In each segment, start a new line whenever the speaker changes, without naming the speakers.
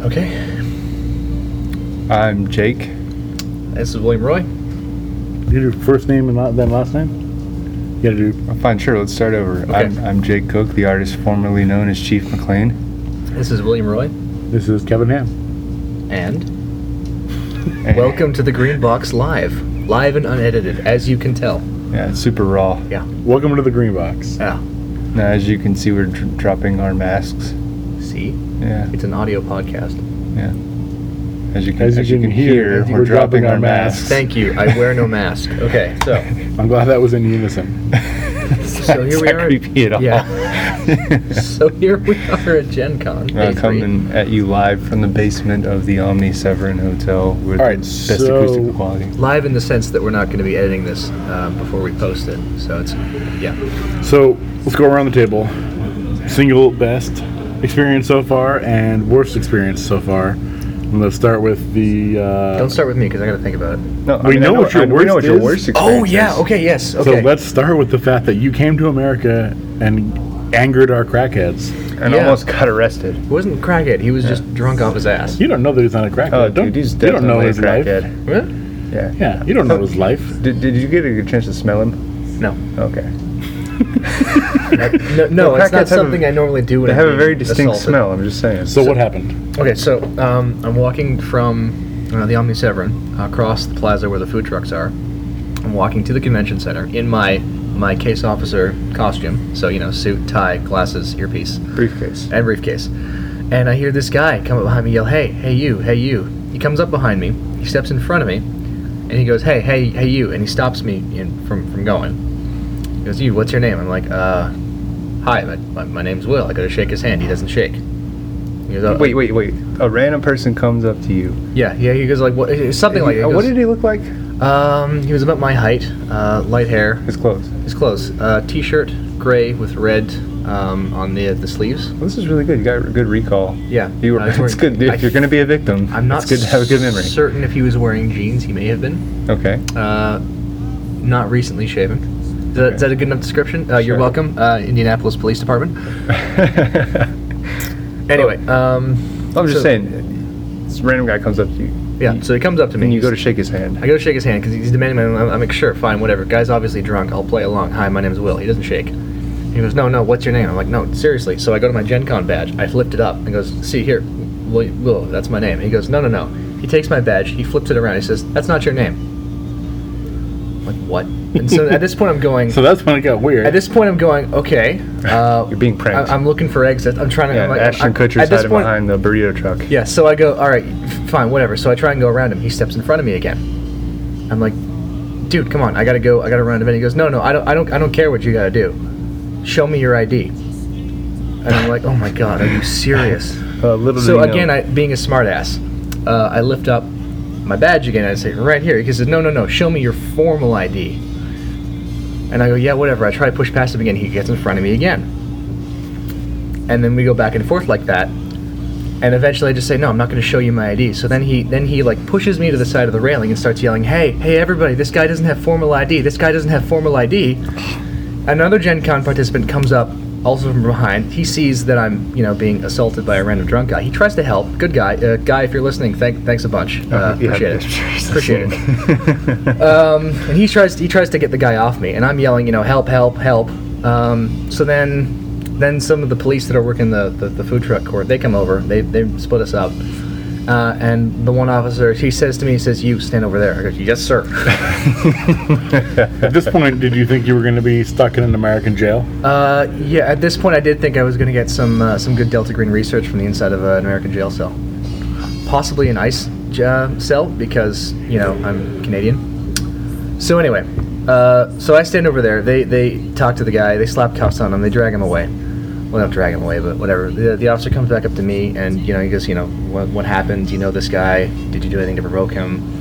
Okay.
I'm Jake.
This is William Roy.
Did your first name and not then last name? You gotta do.
I'm Oh, fine, sure, let's start over.
Okay.
I'm, I'm Jake Cook, the artist formerly known as Chief McLean.
This is William Roy.
This is Kevin Ham.
And welcome to the Green Box Live. Live and unedited, as you can tell.
Yeah, it's super raw.
Welcome to the Green Box.
Ah,
Now, as you can see, we're dr- dropping our masks.
see?
Yeah,
It's an audio podcast.
as you can,
As you can hear, as you-
we're dropping our masks.
Thank you. I wear no mask. Okay, so.
I'm glad that was in unison.
So here
It's
we
not
are.
creepy at all.
So here we are at Gen Con. day
Uh,
three.
coming at you live from the basement of the Omni Severin Hotel with
All right,
best
so-
acoustic quality.
Live in the sense that we're not going to be editing this um, before we post it. So it's, yeah.
So let's go around the table. Single best experience so far and worst experience so far. And let's start with the. Uh,
Don't start with me because I got to think about it.
No,
We know what your
I- we know
worst
what your
is.
worst
Oh,
experience
yeah.
is.
Okay, yes.
So
Okay.
let's start with the fact that you came to America and angered our crackheads.
And
Yeah.
almost got arrested.
It wasn't crackhead. He was just drunk off his ass.
You don't know that he's not a crackhead.
Oh,
don't,
dude, he's
you don't
definitely
know
a
his life.
crackhead.
What?
Yeah.
Yeah, you don't know his life.
Did, did you get a good chance to smell him?
No.
Okay.
No, no
Well,
it's not
crackheads have a-
something I normally do. When
They
I'm
have a
being
very distinct
assaulted.
smell. I'm just saying.
So, what happened?
Okay, so um, I'm walking from uh, the Omni Severin across the plaza where the food trucks are. I'm walking to the convention center in my my case officer costume, so you know, suit, tie, glasses, earpiece,
briefcase.
and briefcase. And I hear this guy come up behind me, yell, "Hey, hey you, hey you!" He comes up behind me, he steps in front of me, and he goes, "Hey, hey, hey you!" And he stops me in, from from going. He goes, "You, what's your name?" I'm like, "Uh, hi, my, my, my name's Will." I go to shake his hand, he doesn't shake. He goes, "Oh,
Wait, wait, wait. A random person comes up to you.
yeah, yeah. He goes like what, eh, something like
Uh,
that.
What did he look like?
Um, he was about my height, uh, light hair,
His clothes. Well,
his clothes, uh, t-shirt, gray with red um, on the the sleeves.
this is really good. You got a good recall.
Yeah,
You were.
I was
it's
wearing-
good.
I-
If you're going to be a victim,
I'm not
It's good to have a good memory.
certain if he was wearing jeans. He may have been.
okay.
Uh, not recently shaven. Is that, is that a good enough description? Uh, You're
Sure.
welcome, uh, Indianapolis Police Department. Anyway, um,
I'm just
so-
saying. This random guy comes up to you.
Yeah, so he comes up to me.
And you go to
he's-
shake his hand.
I go to shake his hand because he's demanding my. I'm, I'm like, sure, fine, whatever. Guy's obviously drunk. I'll play along. Hi, my name's Will. He doesn't shake. He goes, no, no. What's your name? I'm like, no, seriously. So I go to my Gen Con badge. I flipped it up and goes, see here, Will, Will that's my name. He goes, no, no, no. He takes my badge. He flips it around. He says, that's not your name. I'm like what? And so at this point, I'm going.
So that's when it got weird.
At this point, I'm going. Okay. Uh,
You're being pranked.
I, am looking for exits. I'm trying to.
Yeah,
I'm like,
Ashton
I'm-
Kutcher's
at this
hiding
point-
behind the burrito truck.
yeah, so I go, all right, f- fine, whatever. So I try and go around him. He steps in front of me again. I'm like, dude, come on, I gotta go, I gotta run him. And he goes, no, no, I don't, I don't, I don't care what you gotta do. Show me your ID. And I'm like, oh my god, are you serious?
Uh, little
so
did he
again,
know.
I, being a smartass, uh, I lift up my badge again. I say, right here. He says, no, no, no, show me your formal ID. And I go, yeah, whatever. I try to push past him again. He gets in front of me again. And then we go back and forth like that. And eventually I just say, no, I'm not going to show you my ID. So then he then he like pushes me to the side of the railing and starts yelling, hey, hey, everybody, this guy doesn't have formal ID. This guy doesn't have formal ID. Another Gen Con participant comes up, also from behind. He sees that I'm, you know, being assaulted by a random drunk guy. He tries to help. Good guy, uh, guy. If you're listening, thank, thanks a bunch. Uh,
Yeah.
appreciate it. Appreciate it. Um, and he tries he tries to get the guy off me, and I'm yelling, you know, help, help, help. Um, so then then some of the police that are working the, the, the food truck court, they come over, they, they split us up. Uh, and the one officer, he says to me, he says, "You stand over there." I go, "Yes, sir."
At this point, did you think you were going to be stuck in an American jail?
uh, yeah. At this point, I did think I was going to get some uh, some good Delta Green research from the inside of uh, an American jail cell, possibly an ICE j- uh, cell because you know I'm Canadian. So anyway, uh, so I stand over there. They they talk to the guy. They slap cuffs on him. They drag him away. Well, not drag him away, but whatever. The, the officer comes back up to me, and you know he goes, you know, what, what happened? Do you know this guy? Did you do anything to provoke him?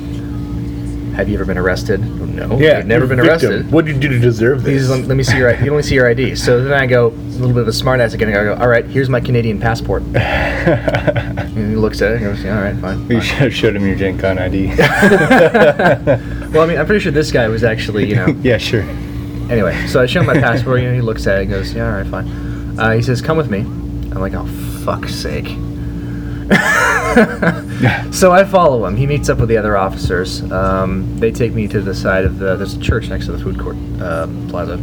Have you ever been arrested? No, I've never been arrested.
What did you do to deserve
He
this?
says, let let me see your ID. You only see your ID. So then I go, a little bit of a smartass again. I go, all right, here's my Canadian passport. And he looks at it and goes, yeah, all right, fine.
You
fine."
should have showed him your Gen Con ID.
Well, I mean, I'm pretty sure this guy was actually, you know.
yeah, sure.
Anyway, so I show him my passport. You know, he looks at it and goes, yeah, all right, fine. Uh, he says, come with me. I'm like, oh, fuck's sake. so I follow him. He meets up with the other officers. Um, they take me to the side of the. There's a church next to the food court uh, plaza,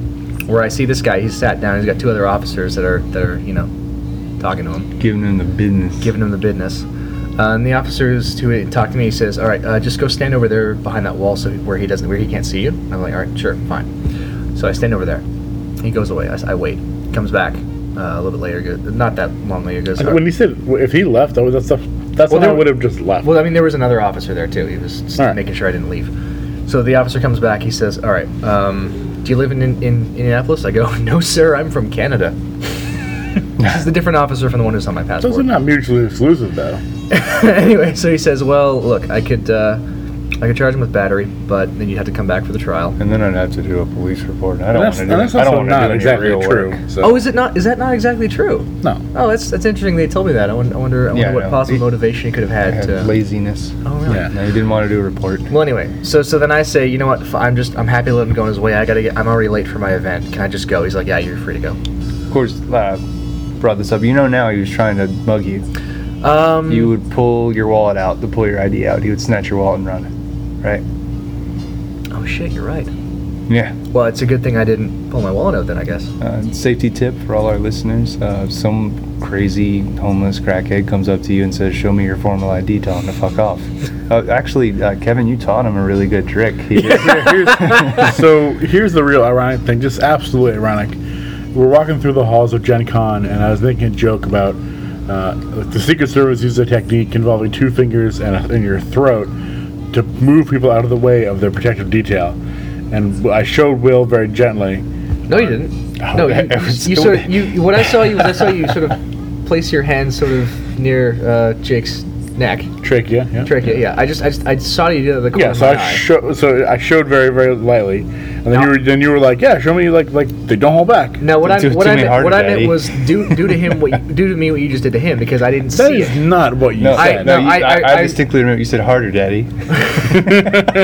where I see this guy. He's sat down. He's got two other officers that are that are you know, talking to him,
Giving him the business.
giving him the business. Uh, and the officers who talk to me, he says, "All right, uh, just go stand over there behind that wall, so where he doesn't, where he can't see you." I'm like, "All right, sure, fine." So I stand over there. He goes away. I, s- I wait. Comes back uh, a little bit later. Goes, not that long later. Goes.
When he said if he left, that was that stuff. That's
Well,
when I
there-
would have just left.
Well, I mean, there was another officer there too. He was just
All right.
making sure I didn't leave. So the officer comes back. He says, "All right, um, do you live in, in, in Indianapolis?" I go, "No, sir. I'm from Canada." this is the different officer from the one who's on my passport.
Those are not mutually exclusive, though.
anyway, so he says, "Well, look, I could uh, I could charge him with battery, but then you'd have to come back for the trial."
And then I'd have to do a police report. I don't
And
want
that's,
to
and
do.
that's
I
also
don't want to do
not
any
exactly
real
true.
work.
So.
Oh, is it not? Is that not exactly true?
no.
Oh, that's that's interesting. They told me that. I wonder, I wonder, I wonder
Yeah, I
what
know.
possible
He-
motivation he could have
I
had.
had
To,
uh,
laziness.
oh, really?
Yeah.
No, you didn't want to do a report.
Well, anyway, so so then I say, you know what? f- I'm just I'm happy to let him go on his way. I gotta get. I'm already late for my event. Can I just go? He's like, yeah, you're free to go.
Of course, uh, brought this up. You know now he was trying to mug you.
Um,
You would pull your wallet out, to pull your ID out. He would snatch your wallet and run, right?
Oh shit, you're right.
Yeah.
Well, it's a good thing I didn't pull my wallet out then. I guess.
Uh, safety tip for all our listeners: uh, some crazy homeless crackhead comes up to you and says, "Show me your formal ID." Tell him to fuck off. Uh, actually, uh, Kevin, you taught him a really good trick. He did.
Here's- so here's the real ironic thing, just absolutely ironic. We're walking through the halls of Gen Con, and I was making a joke about uh, the Secret Service uses a technique involving two fingers and a, in your throat to move people out of the way of their protective detail. And I showed Will very gently.
No, you didn't.
Oh,
no, you,
that was
you
so
sort of,
bad.
you. What I saw you was I saw you sort of place your hand sort of near uh, Jake's neck,
Trachea, yeah.
trachea. Yeah, I just I just I saw you do that. with The corner
Yeah,
of
so
my
I
eye.
showed so I showed very very lightly, and then
Now-
you were then you were like, yeah, show me like like they don't hold back.
No, what I
Do it
what
to
I
me
meant,
harder,
what I meant
Daddy.
was do do to him what you, do to me what you just did to him because I didn't
That
see
is
it.
not what you
no,
I-
said.
no,
no,
you-
I-
I,
I-
I distinctly remember you said harder, Daddy.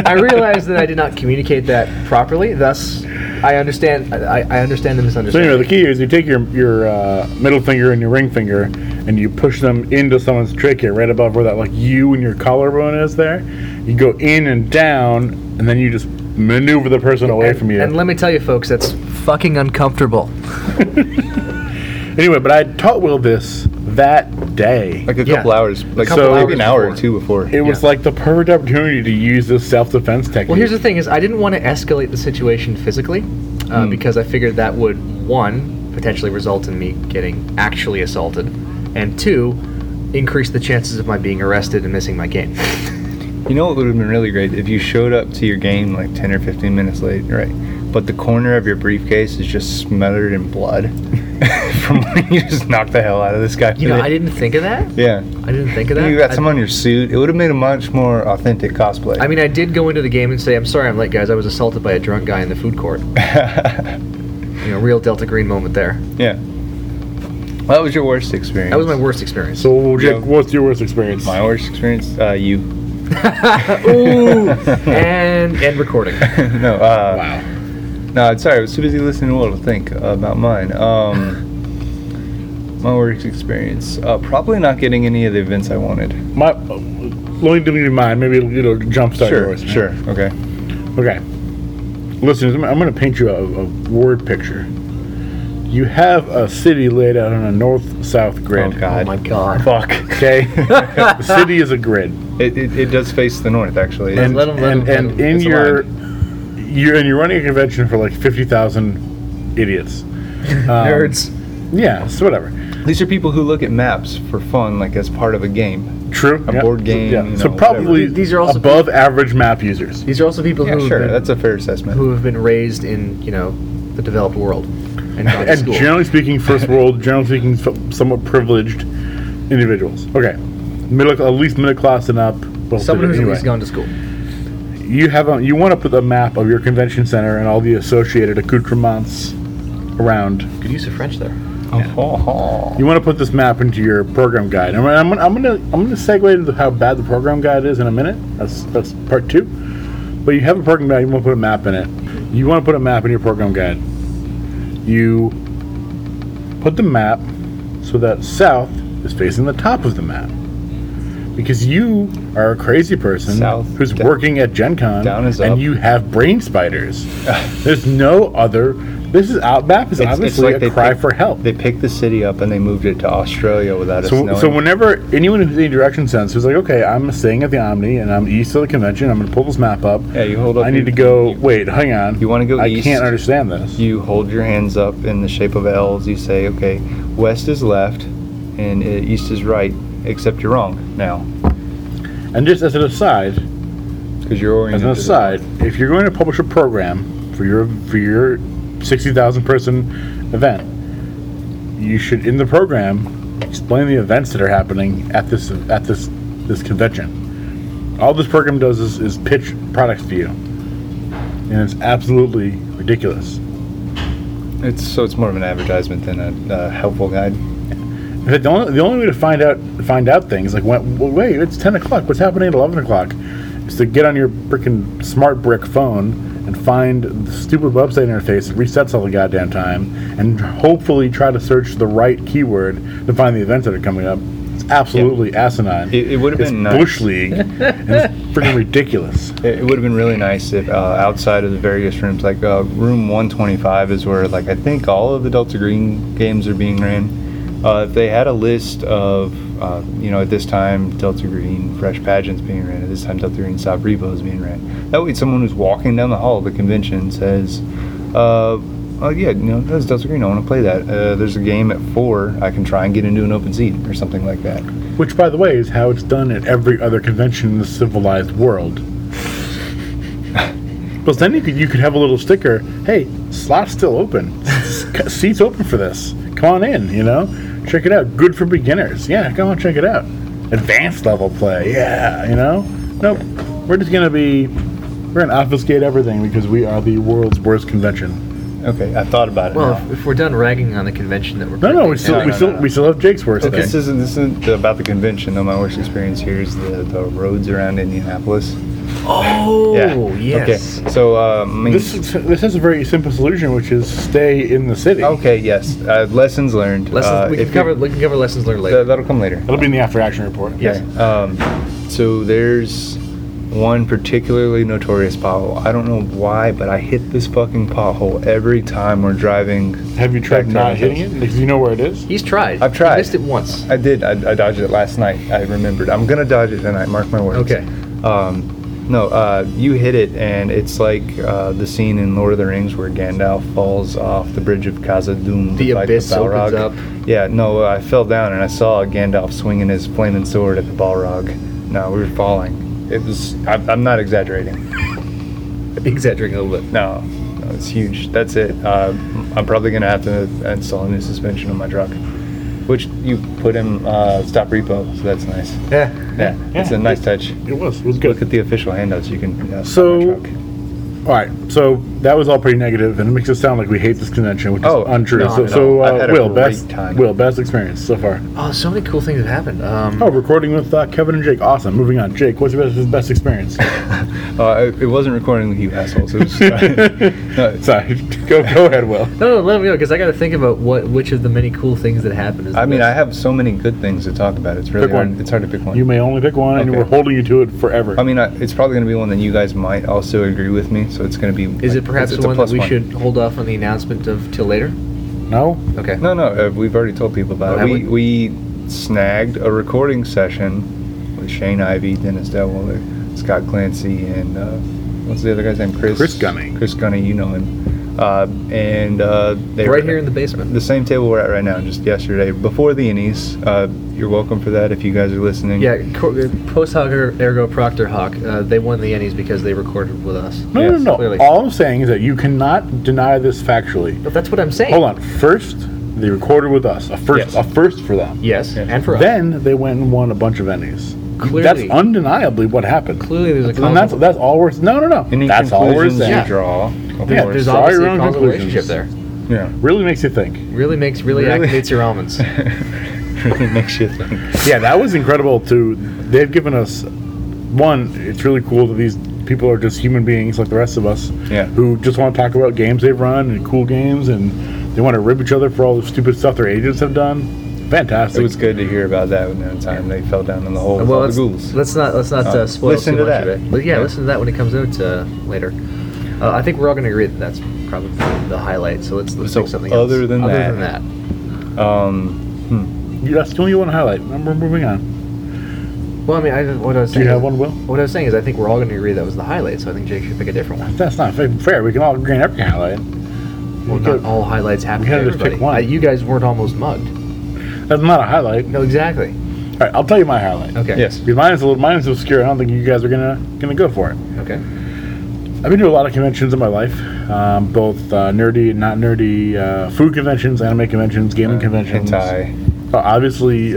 I realized that I did not communicate that properly. Thus, I understand. I, I understand the
So
misunderstanding.
anyway, the key is you take your your uh, middle finger and your ring finger, and you push them into someone's trachea, right above where that like U and your collarbone is. There, you go in and down, and then you just maneuver the person away
and,
from you.
and let me tell you, folks, that's fucking uncomfortable.
anyway, but I taught Will this that day.
like a
Yeah.
couple hours, like
So-
so maybe an hour or
before.
two before.
It was
yeah.
like the perfect opportunity to use this self defense technique.
Well, here's the thing: is I didn't want to escalate the situation physically
Hmm.
uh, because I figured that would one potentially result in me getting actually assaulted, and two increase the chances of my being arrested and missing my game.
You know what would have been really great if you showed up to your game like 10 or 15 minutes late, right? But the corner of your briefcase is just smothered in blood from when you just knocked the hell out of this guy.
You know, I didn't think of that.
Yeah.
I didn't think of that.
You got
I-
some on your suit. It would have made a much more authentic cosplay.
I mean, I did go into the game and say, "I'm sorry, I'm late, guys. I was assaulted by a drunk guy in the food court." You know, real Delta Green moment there.
yeah. That was your worst experience.
That was my worst experience.
So, what would you-
Yeah.
what's your worst experience?
My worst experience. Uh, you.
Ooh, and and recording.
no. Uh,
Wow.
No, I'm sorry. I was too busy listening to Will to think about mine. Um, my work experience. Uh, probably not getting any of the events I wanted.
My, uh, let me give you mine. Maybe it'll, it'll jumpstart yours.
sure. Okay.
Okay. Listeners, I'm, I'm going to paint you a, a word picture. You have a city laid out on a north south grid.
Oh, God.
Oh my god.
Fuck.
Okay? the city is a grid.
It, it, it does face the north, actually.
And,
let 'em- let 'em-
and,
let 'em-
and in
it's
your. You're, and you're running a convention for like 50,000 idiots. Um,
Nerds.
Yeah, so whatever.
These are people who look at maps for fun, like as part of a game.
True.
A board game, you
so
know,
probably
whatever. These are also
above average map users.
These are also people
Yeah,
who
sure.
have been,
That's a fair assessment.
who have been raised in you know the developed world and gone to
and
school.
generally speaking, first world, generally speaking, so- somewhat privileged individuals. Okay, middle, at least middle class and up. Well,
Someone who's at
anyway.
least gone to school.
You have a, you want to put a map of your convention center and all the associated accoutrements around.
Good use of French there.
Oh,
You want to put this map into your program guide. And I'm, gonna- I'm gonna I'm gonna segue into how bad the program guide is in a minute. That's that's part two. But you have a program guide. You want to put a map in it. You want to put a map in your program guide. You put the map so that south is facing the top of the map. because you are a crazy person
South,
who's
down-
working at Gen Con
down is
and
up.
you have brain spiders. There's no other. This is out. Map is
It's- it's
obviously
like they
a cry
pick-
for help.
They picked the city up and they moved it to Australia without us
So,
knowing.
so whenever anyone who's any direction sense who's like, okay, I'm staying at the Omni and I'm east of the convention, I'm gonna pull this map up.
yeah, you hold up.
I need to
your-
go. Wait, hang on.
You wanna go
I
east?
can't understand this.
You hold your hands up in the shape of L's. You say, okay, west is left and uh, east is right, except you're wrong now
And just as an aside,
because you're
as
oriented. to
an
the
aside, if you're going to publish a program for your for your sixty thousand person event, you should in the program explain the events that are happening at this at this this convention. All this program does is, is pitch products to you, and it's absolutely ridiculous.
north. It's so it's more of an advertisement than a uh, helpful guide.
In fact, the only, the only way to find out find out things like when, well, wait, it's ten o'clock. What's happening at eleven o'clock? Is to get on your freaking smart brick phone and find the stupid website interface that resets all the goddamn time, and hopefully try to search the right keyword to find the events that are coming up. It's absolutely asinine.
It, it would have
it's
been nice.
bush league. and it's freaking ridiculous.
It, would have been really nice if uh, outside of the various rooms, like uh, room 125 is where, like, I think all of the Delta Green games are being ran. Uh, if they had a list of, uh, you know, at this time Delta Green Fresh Pageants being ran, at this time Delta Green South Repo is being ran. That way, someone who's walking down the hall of the convention says, uh, "Oh yeah, you know, that's Delta Green. I want to play that. Uh, there's a game at four. I can try and get into an open seat or something like that."
Which, by the way, is how it's done at every other convention in the civilized world. Plus, then you could, you could have a little sticker. Hey, slot's still open. S- Seats open for this. Come on in. You know, check it out. Good for beginners. Yeah, come on, check it out. Advanced level play. Yeah, you know. Nope. We're just gonna be. We're gonna obfuscate everything because we are the world's worst convention.
Okay, I thought about it.
Well,
now.
if, if we're done ragging on the convention that we're
No, no, we still,
no,
we
no,
still,
no.
we still have Jake's worst
But
thing.
This isn't this isn't about the convention though. My worst experience here is the, the roads around Indianapolis.
Oh, yes.
Okay. So um, I mean,
This is, this is a very simple solution, which is stay in the city.
okay, yes. Uh, lessons learned.
Lessons,
Uh,
we can
if you-
cover we can cover lessons learned later.
that- that'll come later.
That'll be in the after action report.
Yes.
Okay, Um, so there's one particularly notorious pothole. I don't know why, but I hit this fucking pothole every time we're driving.
Have you tried
Back to
not
our
hitting it?
house.
Because you know where it is.
He's tried.
I've tried.
He missed it once.
I did. I, I dodged it last night. I remembered. I'm gonna dodge it tonight. Mark my words.
Okay.
Um, no, uh, you hit it, and it's like uh, the scene in Lord of the Rings where Gandalf falls off the bridge of Khazad-dûm.
The
to fight
abyss opens
Balrog.
up.
Yeah, no, uh, I fell down and I saw Gandalf swinging his flaming sword at the Balrog. No, we were falling. It was. I, I'm not exaggerating.
Exaggerating a little bit.
No, no it's huge. That's it. Uh, I'm probably gonna have to install a new suspension on my truck, which you put in uh, stop repo, so that's nice.
Yeah.
Yeah, it's a nice touch.
It was. It was
Look
good.
at the official handouts you can. Uh,
So-
find on
All right. So that was all pretty negative, and it makes it sound like we hate this convention, which
Oh,
is untrue.
no,
so,
no.
so
I've
uh,
had a
Will,
great
best
time.
Will, best experience so far.
Oh, so many cool things have happened. Um,
Oh, recording with uh, Kevin and Jake. Awesome. Moving on. Jake, what's your best, his best experience?
track. Uh, it, it wasn't recording with you assholes. It was no,
Sorry. Go, go ahead, Will.
No, no, let me know because I got to think about what which of the many cool things that happened. Is
I
the
mean, I
best.
have so many good things to talk about. It's really
Pick
hard.
one.
It's hard to pick one.
You may only pick one, and
Okay. Um,
we're holding you to it forever.
I mean, I, it's probably going to be one that you guys might also agree with me. So it's going to be.
Is
like,
it perhaps
it's- it's a
one that
plus
we should hold off on the announcement of till later?
no.
Okay.
No, no. Uh, we've already told people about
Have
it. We, we snagged a recording session with Shane Ivy, Dennis Detwiller, Scott Clancy, and uh, what's the other guy's name? Chris.
Chris Gunning.
Chris Gunning, you know him. Uh, and uh, they
right
were-
here in the basement.
the same table we're at right now, just yesterday, before the Innies. Uh, you're welcome for that if you guys are listening.
Yeah, post hoc er, ergo proctor hawk. Uh, they won the Ennies because they recorded with us.
No,
Yes,
no, no.
clearly.
All I'm saying is that you cannot deny this factually.
But that's what I'm saying.
Hold on. First, they recorded with us. A
Yes.
first, a first for them.
Yes,
Yeah.
and for us.
Then they went and won a bunch of Emmys.
Clearly.
That's undeniably what happened.
Clearly, there's a
And that's
causal-
that's all we're no no no.
Any
that's all we're
conclusions you
saying.
Yeah.
draw. Of
Yeah,
course.
there's
Sorry,
obviously
wrong
a causal
conclusions.
relationship there.
yeah.
Really makes you think.
Really makes really,
Really?
activates your almonds.
really makes you think.
Yeah, that was incredible too. They've given us one. It's really cool that these people are just human beings like the rest of us.
Yeah.
Who just want to talk about games they've run and cool games and they want to rib each other for all the stupid stuff their agents have done. fantastic.
It was good to hear about that when that time they fell down in the hole with
well,
all the
let's,
ghouls.
let's not let's not uh,
Uh,
spoil
listen
too
to
much of
that.
it. But yeah,
Yeah.
listen to that when it comes out uh, later. Uh, I think we're all going to agree that that's probably the highlight. So let's let's
So
pick something
other
else.
than
other
that-
than that,
Um,
You- That's the only one highlight. And We're moving on.
well, I mean, I, what I was
Do
saying
you
is-
have one, Will?
What I was saying is, I think we're all going to agree that was the highlight. So I think Jake should pick a different one.
That's not fa- fair. We can all agree on every highlight.
Well,
You
not
could-
all highlights happen.
you
to
gotta just pick
everybody.
one.
I- you guys weren't almost mugged.
That's not a highlight.
No, exactly.
All right, I'll tell you my highlight.
Okay.
yes.
Because mine's a little, mine's obscure. I don't think you guys are gonna gonna go for it.
Okay.
I've been to a lot of conventions in my life, um, both uh, nerdy and not nerdy, uh, food conventions, anime conventions, gaming conventions.
Um, Hentai.
Uh, obviously,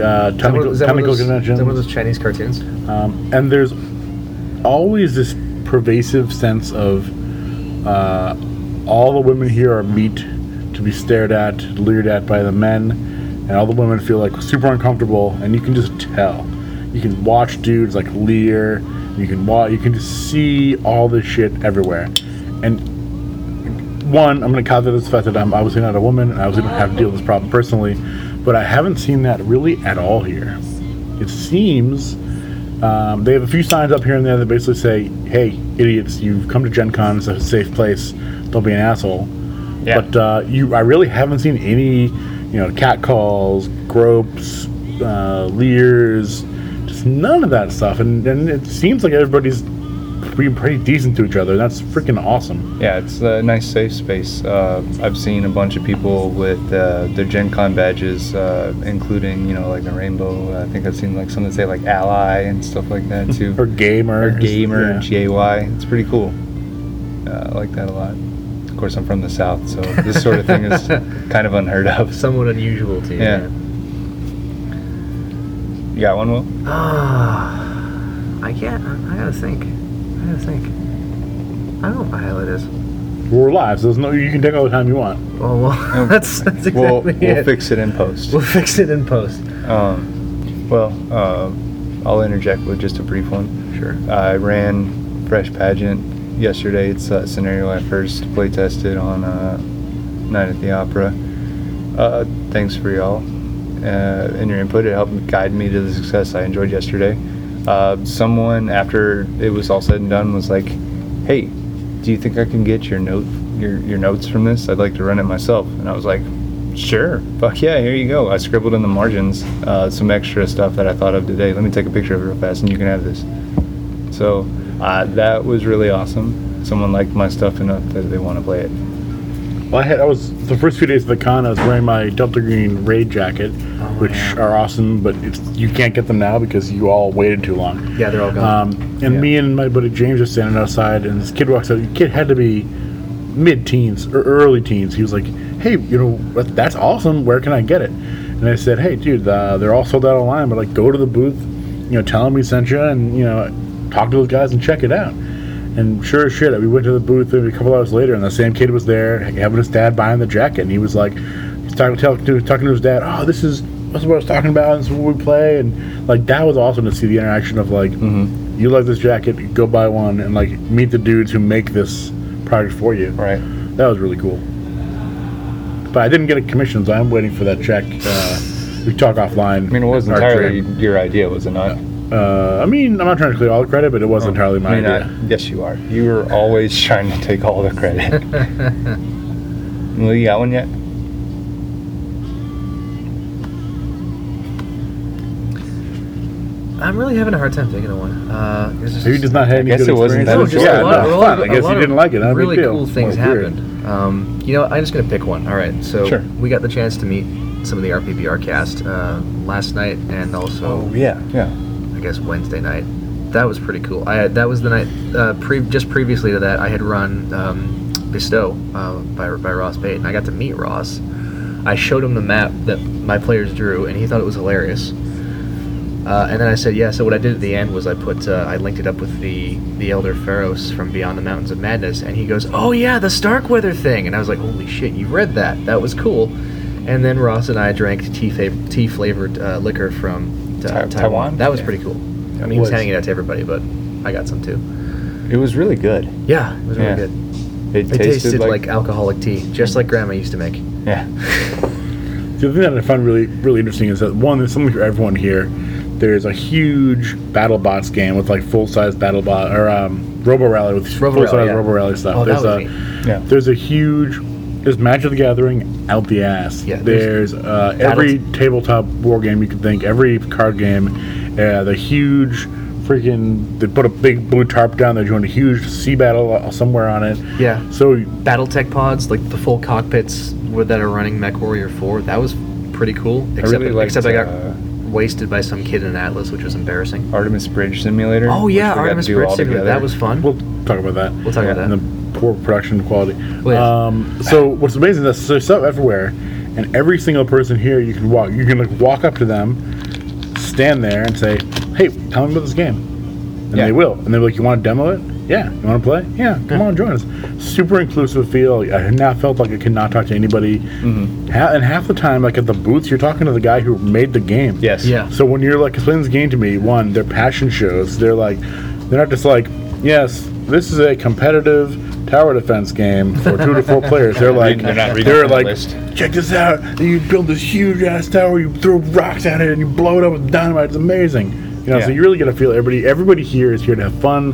Is
uh,
that one-
technical,
is that one of
technical
those- Is that one of
conventions.
those Chinese cartoons?
Um, and there's always this pervasive sense of uh, all the women here are meat to be stared at, leered at by the men, and all the women feel like super uncomfortable, and you can just tell. You can watch dudes like leer. You can watch. You can just see all this shit everywhere, and one, I'm going to caveat this fact that I'm obviously not a woman, and I obviously don't have to deal with this problem personally, but I haven't seen that really at all here. It seems um, they have a few signs up here and there that basically say, "Hey, idiots, you've come to Gen Con. It's a safe place. Don't be an asshole."
Yeah.
But uh, you, I really haven't seen any, you know, catcalls, gropes, uh, leers, just none of that stuff. And, and it seems like everybody's being pretty decent to each other. and That's freaking awesome.
Yeah, it's a nice safe space. Uh, I've seen a bunch of people with uh, their Gen Con badges, uh, including, you know, like the rainbow. I think I've seen like some that say like ally and stuff like that too.
Or gamer.
or gamer,
Yeah.
G-A-Y. It's pretty cool. Uh, I like that a lot. Of course, I'm from the South, so this sort of thing is kind of unheard of.
Somewhat unusual to you.
Yeah. You got one, Will?
Ah, I can't. I, I gotta think. I gotta think. I don't know what my highlight is.
We're live, so there's no. You can take all the time you want.
Oh well, that's that's exactly
we'll,
it.
we'll fix it in post.
We'll fix it in post.
Um, well, uh, I'll interject with just a brief one.
Sure.
I ran Fresh Pageant yesterday. It's a scenario I first play tested on uh, Night at the Opera. Uh, thanks for y'all uh, and your input. It helped guide me to the success I enjoyed yesterday. Uh, someone, after it was all said and done, was like, "Hey, do you think I can get your note, your your notes from this? I'd like to run it myself." And I was like, "Sure, fuck yeah, here you go." I scribbled in the margins uh, some extra stuff that I thought of today. Let me take a picture of it real fast, and you can have this. So uh, that was really awesome. Someone liked my stuff enough that they want to play it.
Well, I had. I was the first few days of the con. I was wearing my Delta Green raid jacket, which
yeah.
are awesome, but it's, you can't get them now because you all waited too long.
Yeah, they're all gone.
Um, and
Yeah.
me and my buddy James are standing outside, and this kid walks out. The kid had to be mid-teens or early teens. He was like, "Hey, you know, that- that's awesome. Where can I get it?" And I said, "Hey, dude, uh, they're all sold out online, but like, go to the booth, you know, tell them we sent you, and you know, talk to those guys and check it out." And sure as shit, we went to the booth maybe a couple hours later, and the same kid was there, having his dad buying the jacket, and he was like, he's talking to, to- talking to his dad, oh, this is this is what I was talking about, this is what we play, and like that was awesome to see the interaction of like,
Mm-hmm.
you like this jacket, go buy one, and like meet the dudes who make this product for you.
Right.
That was really cool. But I didn't get a commission, so I'm waiting for that check. Uh, we talk offline.
I mean, it was
Our
entirely
trade.
your idea, was it not?
Uh, I mean, I'm not trying to clear all the credit, but it was entirely my
I mean,
idea.
I- yes, you are. You were always trying to take all the credit. Will you got one yet?
I'm really having a hard time thinking of one. Uh, there's
Have you just not had any
guess
good
it wasn't
experiences?
that
no,
was
just a
yeah,
lot,
no,
a
it's
lot
fun.
of,
I guess
a
you
lot of
didn't like it. Not a big
Really
deal.
cool things
Well, weird.
happened. Um, you know, I'm just gonna pick one. All right, so
Sure.
we got the chance to meet some of the RPBR cast uh, last night, and also
yeah. Yeah.
I guess Wednesday night. That was pretty cool. I had, that was the night uh, pre- just previously to that I had run um, Bestow uh, by by Ross Bate, and I got to meet Ross. I showed him the map that my players drew, and he thought it was hilarious. Uh, and then I said, yeah. So what I did at the end was I put uh, I linked it up with the the Elder Pharos from Beyond the Mountains of Madness, and he goes, oh yeah, the Starkweather thing. And I was like, holy shit, you read that? That was cool. And then Ross and I drank tea fa- tea flavored uh, liquor from uh,
Tai-
Taiwan.
Taiwan?
That was
Yeah.
pretty cool. I mean, he was
was.
handing it out to everybody, but I got some too.
It was really good.
Yeah, it was really
Yeah.
good.
It,
It tasted, like, alcoholic tea, just like Grandma used to make.
yeah.
The other thing that I found really really interesting is that one, there's something for everyone here. There's a huge BattleBots game with like full size BattleBot or um, Robo Rally with
Robo
full size
Rally, yeah.
Robo Rally stuff.
Oh, that
there's
was
a
neat.
Yeah.
there's a huge there's Magic the Gathering out the ass.
Yeah,
there's
there's-
uh, every tabletop war game you can think, every card game, uh, the huge freaking they put a big blue tarp down. They're doing a huge sea battle uh, somewhere on it.
Yeah.
So
BattleTech pods, like the full cockpits were, that are running Mech Warrior 4. That was pretty cool. Except,
really liked,
except I got
uh,
wasted by some kid in Atlas, which was embarrassing.
Artemis Bridge Simulator.
Oh
which we
yeah,
got to
Artemis
do
Bridge
all
Simulator.
together.
That was fun.
we'll talk about that.
We'll talk about
and
that.
the poor production quality.
Oh, yes.
um, so what's amazing is that there's stuff everywhere, and every single person here you can walk. You can like walk up to them, stand there, and say, "Hey, tell me about this game," and
Yeah.
they will. And they're like, "You want to demo it? Yeah. You want to play? Yeah. Come on, join us." Super inclusive feel. I had not felt like I could not talk to anybody. Ha- and half the time, like at the booths, you're talking to the guy who made the game.
Yes.
Yeah.
So when you're like explaining this game to me, one, their passion shows. They're like, they're not just like, yes, this is a competitive tower defense game for two to four players. They're like,
They're not reading
they're
from the
like,
list.
check this out. You build this huge ass tower, you throw rocks at it, and you blow it up with dynamite. It's amazing. You know, so
Yeah.
you really get to feel everybody. Everybody here is here to have fun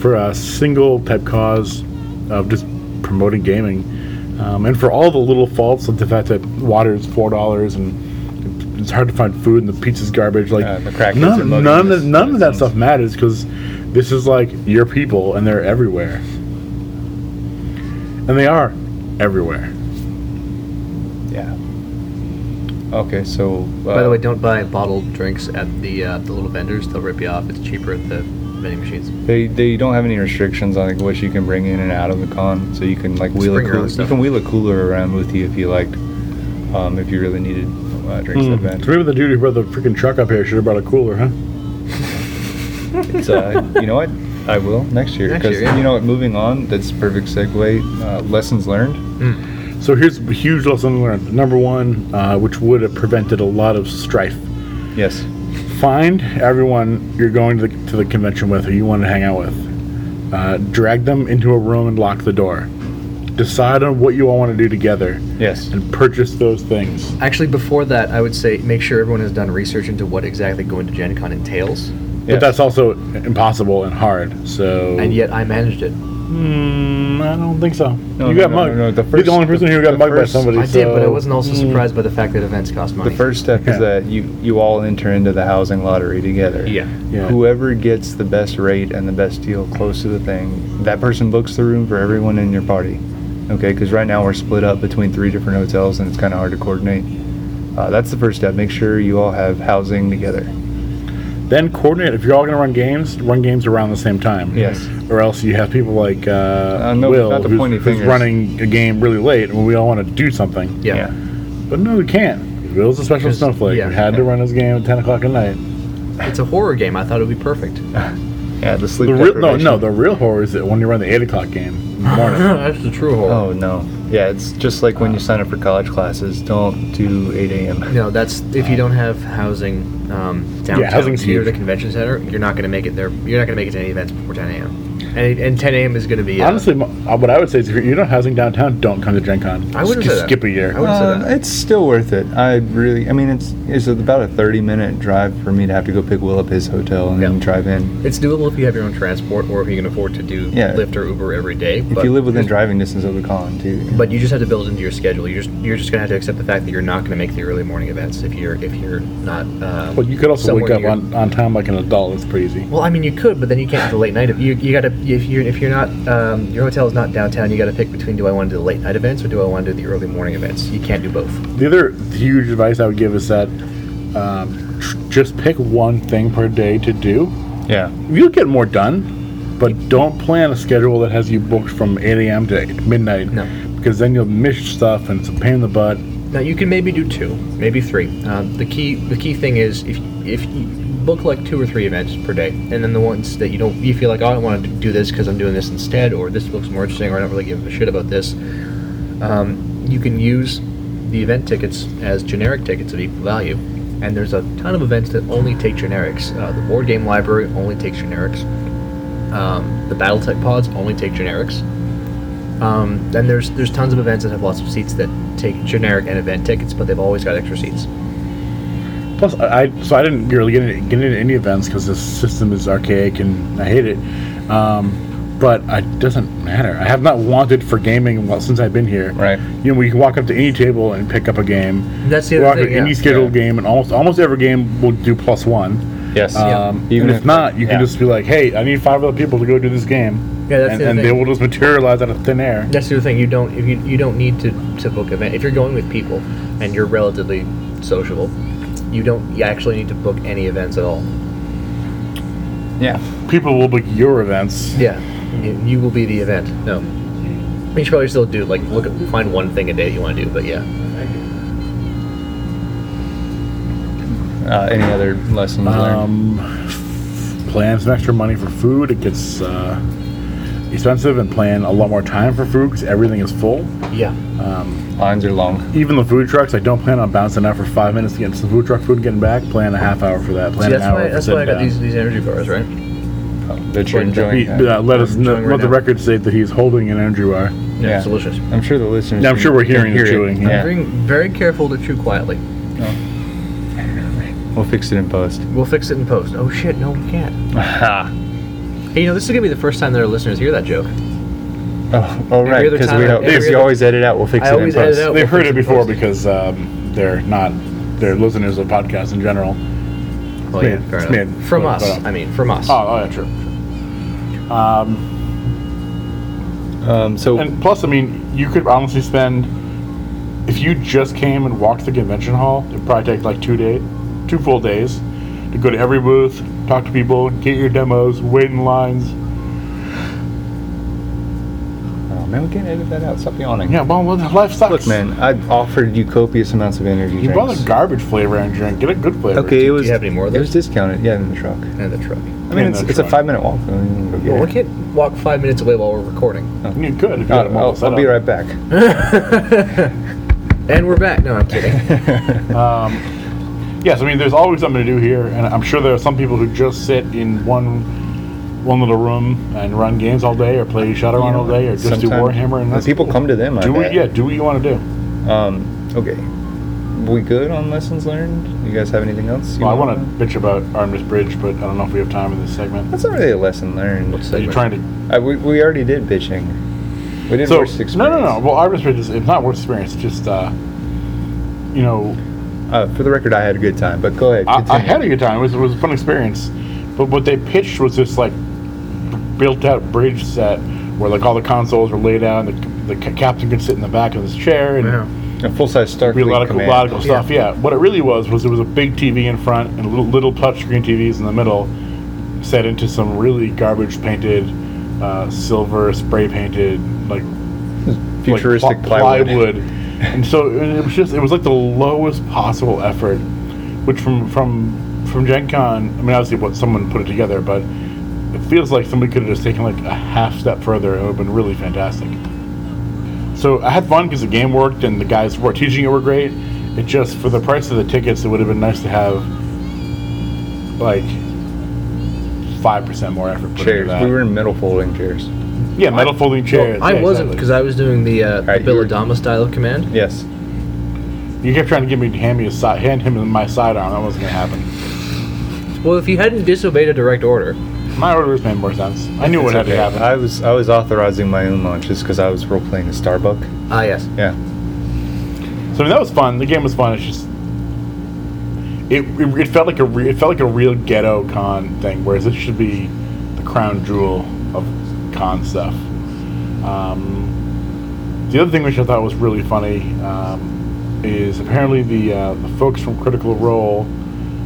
for a single type cause of just promoting gaming. Um, and for all the little faults of the fact that water is four dollars and it's hard to find food and the pizza's garbage, like
Uh, the crackheads are
none,
loading
none,
this-
of, none of that
this
stuff matters because this is like your people and they're everywhere, and they are everywhere.
Yeah. Okay, so. Uh,
By the way, don't buy bottled drinks at the uh, the little vendors. They'll rip you off. It's cheaper at the vending machines.
They, they don't have any restrictions on like what you can bring in and out of the con, so you can like wheel
Bring your
a
own
cooler. You
stuff.
can wheel a cooler around with you if you liked, um, if you really needed uh, drinks at the
Mm. So
event.
maybe the dude who brought the freaking truck up here should have brought a cooler, huh?
It's, uh, you know what? I will next year
Next
because
year, yeah.
you know what? Moving on, that's a perfect segue. Uh, lessons learned.
So here's a huge lesson learned. Number one, uh, which would have prevented a lot of strife.
Yes.
Find everyone you're going to the, to the convention with who you want to hang out with. Uh, drag them into a room and lock the door. Decide on what you all want to do together
Yes.
and purchase those things.
Actually, before that, I would say make sure everyone has done research into what exactly going to Gen Con entails.
Yes.
But that's also impossible and hard. So
And yet, I managed it.
Hmm, I don't think so.
No,
you
no,
got
no,
mugged.
no, no, the
You're
first-
the only person
the-
here who got
the
mugged
first- Hmm,
by somebody.
I did, but I
so-
wasn't also surprised by the fact that events cost money.
The first step
Yeah.
is that you you all enter into the housing lottery together.
Yeah.
Yeah.
Whoever gets the best rate and the best deal close to the thing, that person books the room for everyone in your party. Okay, because right now we're split up between three different hotels and it's kind of hard to coordinate. Uh, that's the first step. Make sure you all have housing together.
Then coordinate. If you're all going to run games, run games around the same time.
Yes.
Or else you have people like uh,
no,
Will,
not to
who's,
point any
who's
fingers.
running a game really late, and we all want to do something.
yeah.
But no, we can't. Will's a special
Because-
snowflake.
yeah.
We had to run his game at 10 o'clock at night.
It's a horror game. I thought it would be perfect.
Yeah, the sleep
The real, no,
deprivation.
no, the real horror is that when you run the 8 o'clock game in the morning.
That's the true horror.
Oh no. Yeah, it's just like when you sign up for college classes. Don't do 8 a.m.
No, that's if you don't have housing um, downtown
housing's
near the
huge.
convention center, you're not going to make it there. You're not going to make it to any events before 10 a.m. And, and 10 a.m. is going to be uh,
Honestly, mo- uh, what I would say is if you're not housing downtown, don't come to Gen Con.
I wouldn't
Sk-
say that.
Skip a year.
I wouldn't say
Uh,
that.
it's still worth it. I really, I mean, it's it's about a thirty minute drive for me to have to go pick Will up his hotel and then
Yeah.
drive in.
It's doable if you have your own transport or if you can afford to do
Yeah.
Lyft or Uber every day.
If
but,
you live within driving distance of the con, too.
but you just have to build into your schedule. You're just you're just going to have to accept the fact that you're not going to make the early morning events if you're if you're not. Uh,
But you could also
somewhere
wake up
near-
on, on time like an adult. It's pretty easy.
Well, I mean, you could, but then you can't do the late night. You you gotta if you're if you're not um, your hotel is not downtown, you gotta pick between do I want to do the late night events or do I want to do the early morning events? You can't do both.
The other huge advice I would give is that um, tr- just pick one thing per day to do.
yeah,
You'll get more done, but don't plan a schedule that has you booked from 8 a.m. to midnight.
No.
Because then you'll miss stuff and it's a pain in the butt.
Now you can maybe do two, maybe three. Um, the key the key thing is if if you book like two or three events per day, and then the ones that you don't you feel like oh I want to do this because I'm doing this instead, or this looks more interesting, or I don't really give a shit about this. Um, you can use the event tickets as generic tickets of equal value, and there's a ton of events that only take generics. Uh, the board game library only takes generics. Um, the BattleTech pods only take generics. Um, and there's there's tons of events that have lots of seats that take generic and event tickets, but they've always got extra seats.
Plus, I I- so I didn't really get into, get into any events because this system is archaic and I hate it. Um, but it doesn't matter. I have not wanted for gaming well, since I've been here.
Right.
You know, we can walk up to any table and pick up a game.
That's the other
walk
thing,
up to any
yeah.
scheduled game, and almost almost every game will do plus one.
Yes.
Um,
Even
Even if,
if-
not, you
yeah.
can just be like, "Hey, I need five other people to go do this game."
Yeah, that's
and,
the
and
thing.
they will just materialize out of thin air.
That's the other thing. You don't if you you don't need to to book event if you're going with people and you're relatively sociable. You don't you actually need to book any events at all.
yeah.
People will book your events.
Yeah, you, you will be the event. No, you should probably still do like look at, find one thing a day that you want to do. But yeah,
Uh, any other lessons learned?
Um, plan some extra money for food. It gets uh, expensive, and plan a lot more time for food because everything is full. Um,
yeah,
Lines are long.
Even the food trucks, I don't plan on bouncing out for five minutes to get to the food truck food and getting back. Plan a half hour for that.
See,
Plan an
that's
hour
why
for
that's
sitting
why I got
down.
these these energy bars right.
That you're
Like,
enjoying.
He-
that.
uh, let us
I'm
know,
enjoying
let
right
the
now.
record state that he's holding an energy bar.
Yeah, it's delicious.
I'm sure the listeners.
Yeah, I'm
can-
sure we're
can
hearing
hear
you
it.
chewing,
I'm
Yeah.
being very careful to chew quietly.
We'll fix it in post.
We'll fix it in post. Oh shit, no, we can't. Hey, you know this is gonna be the first time that our listeners hear that joke.
Oh, oh right,
other
because
time
we
I-
don't.
every
Because you
other-
always edit out. We'll fix
I
it in
always edit
post.
out.
They've heard
it's
it before
posted.
because um, they're not they're listeners of podcasts in general.
Well,
Smeared. Smeared.
From
But,
us,
but, um,
I mean, from us.
Oh, oh yeah, true. Um,
Um, so
And plus, I mean, you could honestly spend if you just came and walked the convention hall. It'd probably take like two day, two full days to go to every booth, talk to people, get your demos, wait in lines.
Oh, man, we can't edit that out. Stop yawning.
Yeah, well, well, life sucks.
Look, man, I offered you copious amounts of energy
you brought
drinks.
a garbage flavor and drink. Get a good flavor.
okay, it was.
have any more of
It was discounted. Yeah, in the truck.
and the truck.
I mean, it's,
the
it's a
truck.
five minute walk. I mean, go get
Well,
it.
we can't walk five minutes away while we're recording.
I mean, you could. If you
Oh,
had them all
I'll,
set
I'll be right
up.
back.
Oh.
And we're back. No, I'm kidding.
Um, yes, I mean, there's always something to do here, and I'm sure there are some people who just sit in one. One little room and run games all day, or play Shadowrun all day, or just do
Sometime-
Warhammer, and
the
that's
people
cool.
come to them. I
Do what,
bet.
yeah, do what you want to do.
Um, okay. We good on lessons learned? You guys have anything else? you
Well, I want
wanna-
to bitch about Armist Bridge, but I don't know if we have time in this segment.
That's not really a lesson learned.
What's
Are
segment?
you trying to?
I, we, we already did bitching. We did
So
worst experience.
no, no, no. Well, Armist Bridge is it's not worth experience. It's just uh, you know,
Uh, for the record, I had a good time, but go ahead.
I, I
continue.
had a good time. It was, it was a fun experience, but what they pitched was this like built-out bridge set where like all the consoles were laid out, and the, the ca- captain could sit in the back of his chair and.
Wow.
a full size Starfleet.
Be a lot of cool,
command.
lot of cool stuff. Yeah. What it really was was it was a big TV in front and little little touchscreen TVs in the middle, set into some really garbage painted, uh, silver spray painted like like,
Futuristic
pl-
plywood.
and so it was just it was like the lowest possible effort, which from from from Gen Con. I mean, obviously, what someone put it together, but it feels like somebody could have just taken like a half step further. and It would have been really fantastic. So I had fun because the game worked and the guys who were teaching it were great. It just for the price of the tickets, it would have been nice to have like five percent more effort. put into
Chairs.
that.
We were in metal folding chairs.
yeah, metal folding chairs.
Well, I
yeah,
wasn't
exactly.
because I was doing the uh,
Alright, you
Bill
were-
Adama style of command.
Yes.
You kept trying to give me hand me a side, hand him my sidearm. That wasn't gonna happen.
Well, if you hadn't disobeyed a direct order,
My orders made more sense. I knew what
It's
had to
okay.
happen.
I was I was authorizing my own launches because I was role playing a Starbuck.
ah yes,
Yeah.
so I mean, that was fun. The game was fun. It's just it, it, it felt like a re, it felt like a real ghetto con thing, whereas this should be the crown jewel of con stuff. Um, the other thing which I thought was really funny um, is apparently the uh, the folks from Critical Role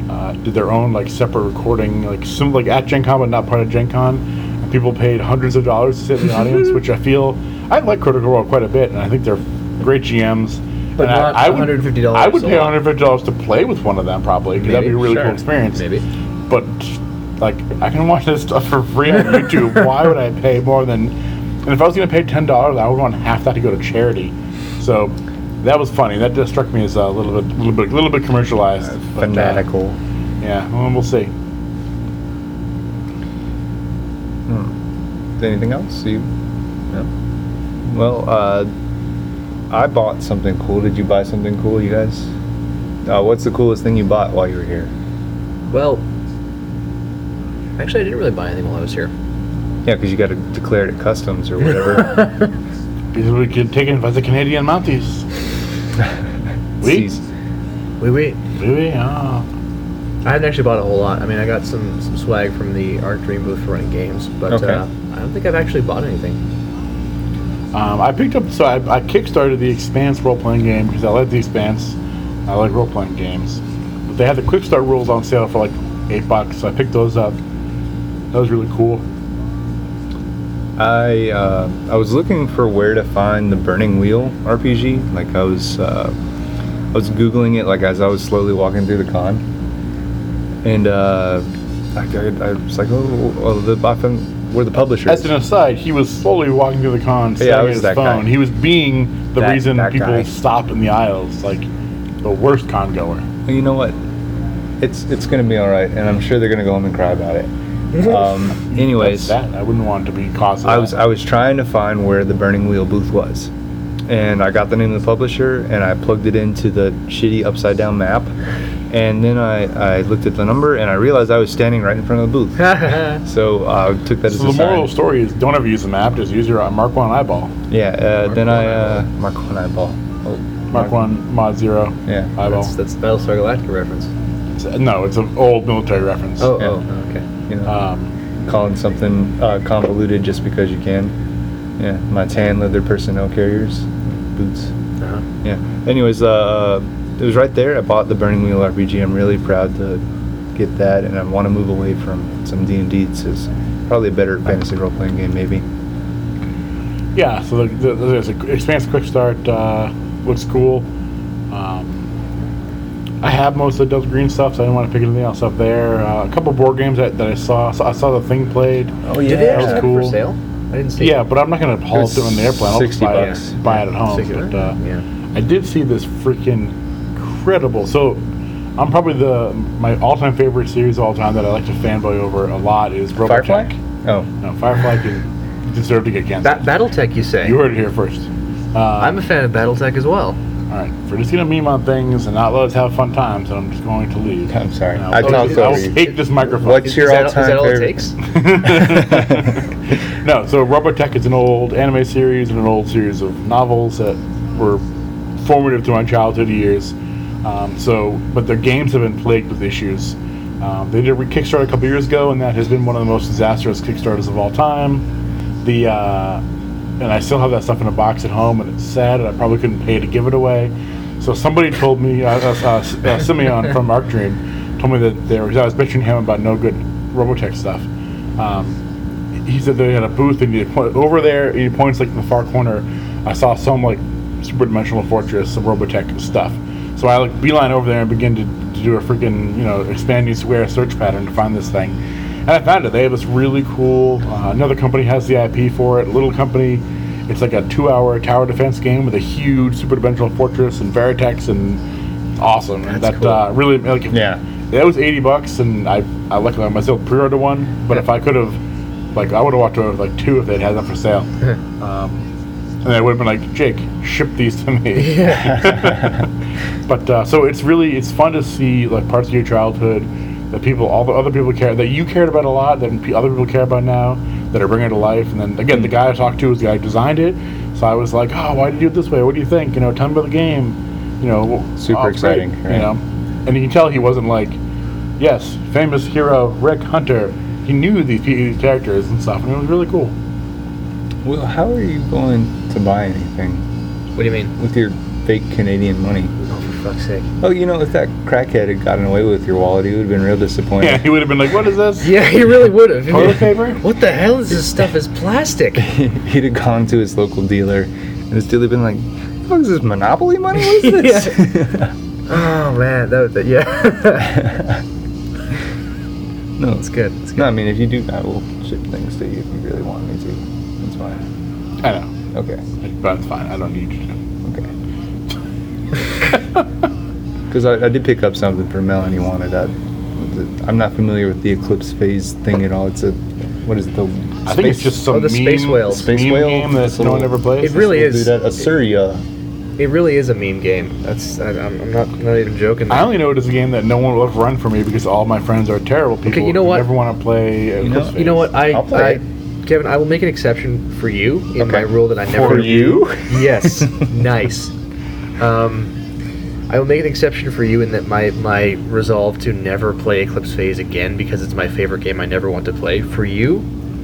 uh, did their own like separate recording, like some like at Gen Con but not part of Gen Con. And people paid hundreds of dollars to sit in the audience, which I feel I like Critical Role quite a bit, and I think they're great GMs.
But
and I-
not
I, would-
$150
I would
a
pay
lot.
$150 to play with one of them probably because that'd be a
Maybe,
really
sure.
cool experience.
maybe.
But like, I can watch this stuff for free on YouTube. Why would I pay more than? And if I was going to pay ten dollars, I would want half that to go to charity. So that was funny. That just struck me as a little bit, little bit, little bit commercialized. but, uh,
Fanatical.
yeah, well, we'll see.
Anything else? You? No. Hmm. Well, uh, I bought something cool. Did you buy something cool, you guys? Uh, what's the coolest thing you bought while you were here?
Well, actually, I didn't really buy anything while I was here.
Yeah, because you got to declare it at customs or whatever.
Because we get taken by the Canadian Mounties. We?
Jeez.
Wait, wait.
Really? Ah.
I haven't actually bought a whole lot. I mean, I got some, some swag from the Art Dream booth for running games, but
Okay.
uh, I don't think I've actually bought anything.
Um, I picked up, so I, I kickstarted the Expanse role playing game because I like the Expanse. I like role playing games. But they had the Quick Start rules on sale for like eight bucks, so I picked those up. That was really cool.
I uh, I was looking for where to find the Burning Wheel RPG. Like I was uh, I was googling it like as I was slowly walking through the con, and uh, I, I, I was like, oh, well, the I found where the publisher.
As
Is.
an aside, he was slowly walking through the con, staring
I
at
was
his
that guy.
phone. He was being the
That-
reason
that
people
guy.
stop in the aisles, like the worst con goer.
Well, you know what? It's it's gonna be all right, and I'm sure they're gonna go home and cry about it. Um, anyways,
That's that. I wouldn't want to be caused.
I was I was trying to find where the Burning Wheel booth was, and I got the name of the publisher and I plugged it into the shitty upside down map, and then I, I looked at the number and I realized I was standing right in front of the booth. So I took that as
so
a
the moral of
sign.
the story is don't ever use the map. Just use your uh, Mark One eyeball.
Yeah. Uh,
Mark
then
one
I uh, mark one eyeball. Oh,
Mark One Mod Zero
Yeah.
eyeball.
that's, that's Battlestar Galactica reference.
no, it's an old military reference.
Oh,
Yeah.
oh, okay.
You know,
Um,
calling something uh, convoluted just because you can. Yeah. My tan leather personnel carriers, boots.
Uh-huh.
Yeah. Anyways, uh, it was right there. I bought the Burning Wheel RPG. I'm really proud to get that, and I want to move away from some D and D. It's just probably a better fantasy role playing game, maybe.
yeah, so the, the, there's a Expanse Quick Start uh, looks cool. Um, I have most of the Delta Green stuff, so I didn't want to pick anything else up there. Uh, a couple board games that, that I saw. So I saw the thing played.
Oh
Did they
yeah.
actually
That was
have it for
cool.
sale? I didn't see.
Yeah,
it.
but I'm not going to haul it
It's
through on the airplane. I'll just
60
buy,
bucks.
It, buy it at home.
Sixty bucks?
But, uh,
yeah.
I did see this freaking incredible. So I'm probably the my all-time favorite series of all time that I like to fanboy over a lot is Robotech.
Oh,
No, Firefly can deserve to get
Ba-
canceled.
BattleTech, you say?
you heard it here first. Uh,
I'm a fan of BattleTech as well.
all right. If we're just gonna meme on things and not let us have fun times, then I'm just going to leave.
I'm sorry.
No,
I
it's-
talked over
I'll
it's-
you.
take this microphone.
What's
Is,
your
is that, is
all-time
that all it
favorite?
takes?
no, so Robotech is an old anime series and an old series of novels that were formative to my childhood years. Um, so, but their games have been plagued with issues. Um, they did a re- Kickstarter a couple years ago, and that has been one of the most disastrous Kickstarters of all time. The uh, and I still have that stuff in a box at home, and it's sad, and I probably couldn't pay to give it away. So somebody told me, uh, uh, uh, S- uh, Simeon from Arc Dream, told me that there was, I was bitching him about no good Robotech stuff. Um, he said they had a booth, and he point, over there, he points like in the far corner. I saw some like super dimensional fortress, some Robotech stuff. So I like beeline over there and begin to, to do a freaking you know expanding square search pattern to find this thing, and I found it. They have this really cool. Uh, another company has the IP for it. Little company. It's like a two-hour tower defense game with a huge super dimensional fortress and Veritex and awesome. and
That's
that
cool.
uh, really like if-
Yeah.
that was eighty bucks, and I I luckily I myself pre-ordered one. But if I could have, like, I would have walked away with like two if they'd had them for sale. um, and I would have been like, Jake, ship these to me. but uh, so it's really it's fun to see like parts of your childhood that people, all the other people care that you cared about a lot, that pe- other people care about now, that are bringing it to life. And then again, the guy I talked to was the guy who designed it, so I was like, oh, why did you do it this way? What do you think? You know, tell me about the game. You know,
Super
"Oh, it's great,"
exciting,
You
right.
know, and you can tell he wasn't like, yes, famous hero Rick Hunter. He knew these, pe- these characters and stuff, and it was really cool.
Well, how are you going to buy anything
What do you mean?
with your fake Canadian money?
Oh, for fuck's sake.
Oh, you know, if that crackhead had gotten away with your wallet, he would have been real disappointed.
Yeah, he would have been like, what is this?
Yeah, he really would have.
Toilet paper?
What the hell is this stuff? Is plastic?
he'd have gone to his local dealer, and his dealer been like, "What is this monopoly money? What is this?"
Oh man, that, that yeah.
no,
It's good. It's good.
No, I mean, if you do, I will ship things to you if you really want me to. That's fine.
I know,
Okay,
but it's fine. I don't need you to.
okay. Because I, I did pick up something for Melanie wanted. I, I'm not familiar with the eclipse phase thing at all. It's a what is it, the
I think it's just some
oh, the
meme,
space whales.
Space
meme
whale,
game that
this
no one
little-
ever plays.
It really
We'll do
is.
that. Assyria.
It really is a meme game. That's I, I'm, I'm not not even joking.
I only know it is a game that no one will ever run for me because all my friends are terrible people.
you know
who
what?
Never want to play. a
You know-
Christmas
you know what? I,
I'll play
I
it.
Kevin, I will make an exception for you in my
Okay.
rule that I never
For you?
Yes, nice. Um, I will make an exception for you in that my my resolve to never play Eclipse Phase again because it's my favorite game. I never want to play. For you,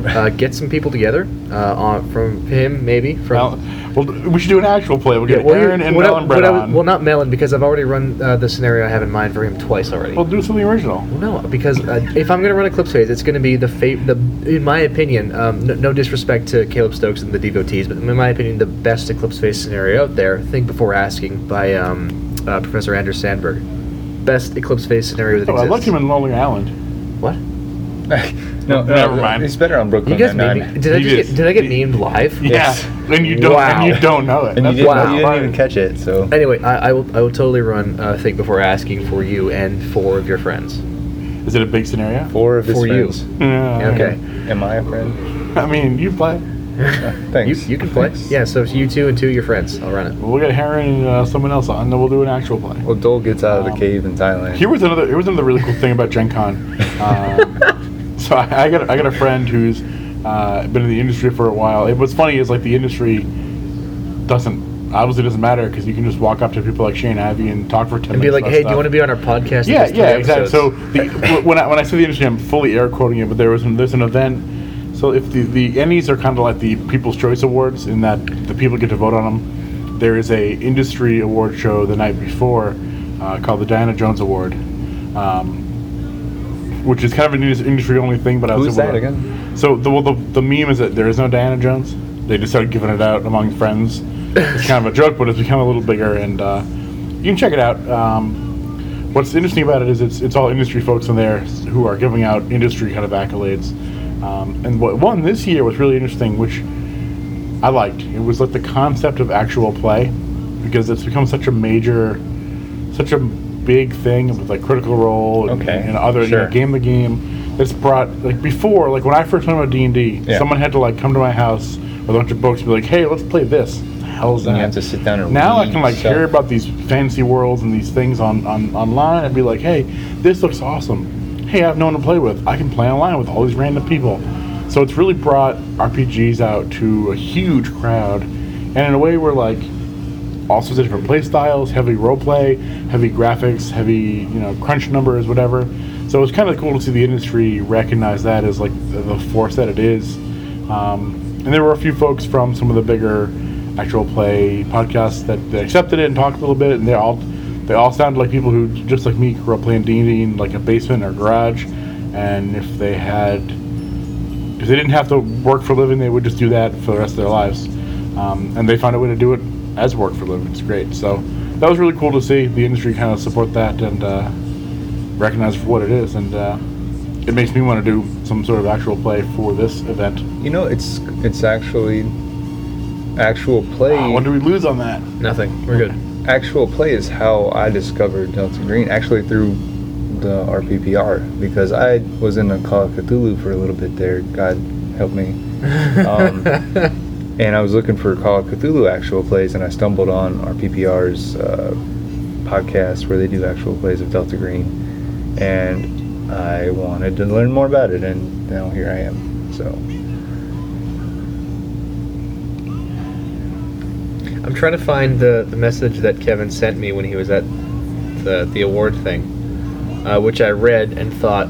uh, get some people together uh, on, from him maybe from.
Well, well, we should do an actual play. We'll get
well,
Aaron and
what I-
Mel and Brett
what I-
on.
Well, not Melon because I've already run uh, the scenario I have in mind for him twice already.
we'll do something original.
No, because uh, if I'm going to run Eclipse Phase, it's going to be the fa- the in my opinion, um, no, no disrespect to Caleb Stokes and the devotees, but in my opinion, the best Eclipse Phase scenario out there, Think Before Asking by um, uh, Professor Anders Sandberg. Best Eclipse Phase scenario that
Oh, I
exists.
loved him in Lonely Island.
what?
no,
Never mind.
It's better on Brooklyn
You guys
Nine-Nine.
meme- did I
You
just get,
just-
did I get
you-
memed live?
Yes.
Yeah, and you don't
Wow.
and you don't know
And
it.
you
That's
didn't,
Wow.
you
fine.
didn't even catch it, so.
Anyway, I, I will I will totally run uh, Think Before Asking for you and four of your friends.
Is it a big scenario?
Four of his
For you.
friends.
Yeah.
Okay.
Am I a friend? Uh,
I mean, you play.
You,
Thanks.
you can play.
Thanks.
Yeah, so it's you two and two of your friends. I'll run it.
We'll get Heron and uh, someone else on, then we'll do an actual play.
Well, Dole gets out of the
Um,
cave in Thailand.
Here was another. Here was another really cool thing about Gen Con. Um, so I, I got I got a friend who's uh, been in the industry for a while. It, what's funny is like the industry doesn't obviously doesn't matter because you can just walk up to people like Shane Ivy and talk for ten
And
minutes.
be like,
about
hey, do
stuff.
you want to be on our podcast?
Yeah,
There's three
yeah, exactly. So
episodes."
the, wh- when I when I say the industry, I'm fully air quoting it, but there was an, there's an event. So if the the Emmys are kind of like the People's Choice Awards in that the people get to vote on them, there is a industry award show the night before uh, called the Diana Jones Award, um, which is kind of an industry only thing. But I was
Who's
able
that
to-
again?
So the, well, the the meme is that there is no Diana Jones. They just started giving it out among friends. It's kind of a joke, but it's become a little bigger, and uh, you can check it out. Um, What's interesting about it is it's it's all industry folks in there who are giving out industry kind of accolades. Um, and what one this year was really interesting, which I liked. It was like the concept of actual play, because it's become such a major, such a big thing with like Critical Role and,
Okay,
and other you know,
sure.
game the game. It's brought like before, like when I first learned about D and D,
Yeah.
someone had to like come to my house with a bunch of books and be like, "Hey, let's play this." What the hell is
You
that?
have to sit down and
now I
read
can like
stuff.
hear about these fancy worlds and these things on, on online and be like, hey, this looks awesome. Hey, I have no one to play with. I can play online with all these random people. So it's really brought RPGs out to a huge crowd, and in a way where like all sorts of different play styles, heavy roleplay, heavy graphics, heavy you know crunch numbers, whatever. So it was kind of cool to see the industry recognize that as like the the force that it is. Um, and there were a few folks from some of the bigger actual play podcasts that, that accepted it and talked a little bit, and they all they all sounded like people who just like me grew up playing D and D in like a basement or garage, and if they had if they didn't have to work for a living, they would just do that for the rest of their lives. Um, and they found a way to do it as work for a living. It's great. So that was really cool to see the industry kind of support that and uh, recognize for what it is. And uh, it makes me want to do some sort of actual play for this event.
You know, it's it's actually actual play.
Wow, Ah, what do we lose on that?
nothing. We're good.
actual play is how I discovered Delta Green, actually through the RPPR, because I was in a Call of Cthulhu for a little bit there. God help me. Um, and I was looking for Call of Cthulhu actual plays, and I stumbled on RPPR's uh, podcast where they do actual plays of Delta Green, and I wanted to learn more about it, and now here I am. So
I'm trying to find the, the message that Kevin sent me when he was at the, the award thing, uh, which I read and thought,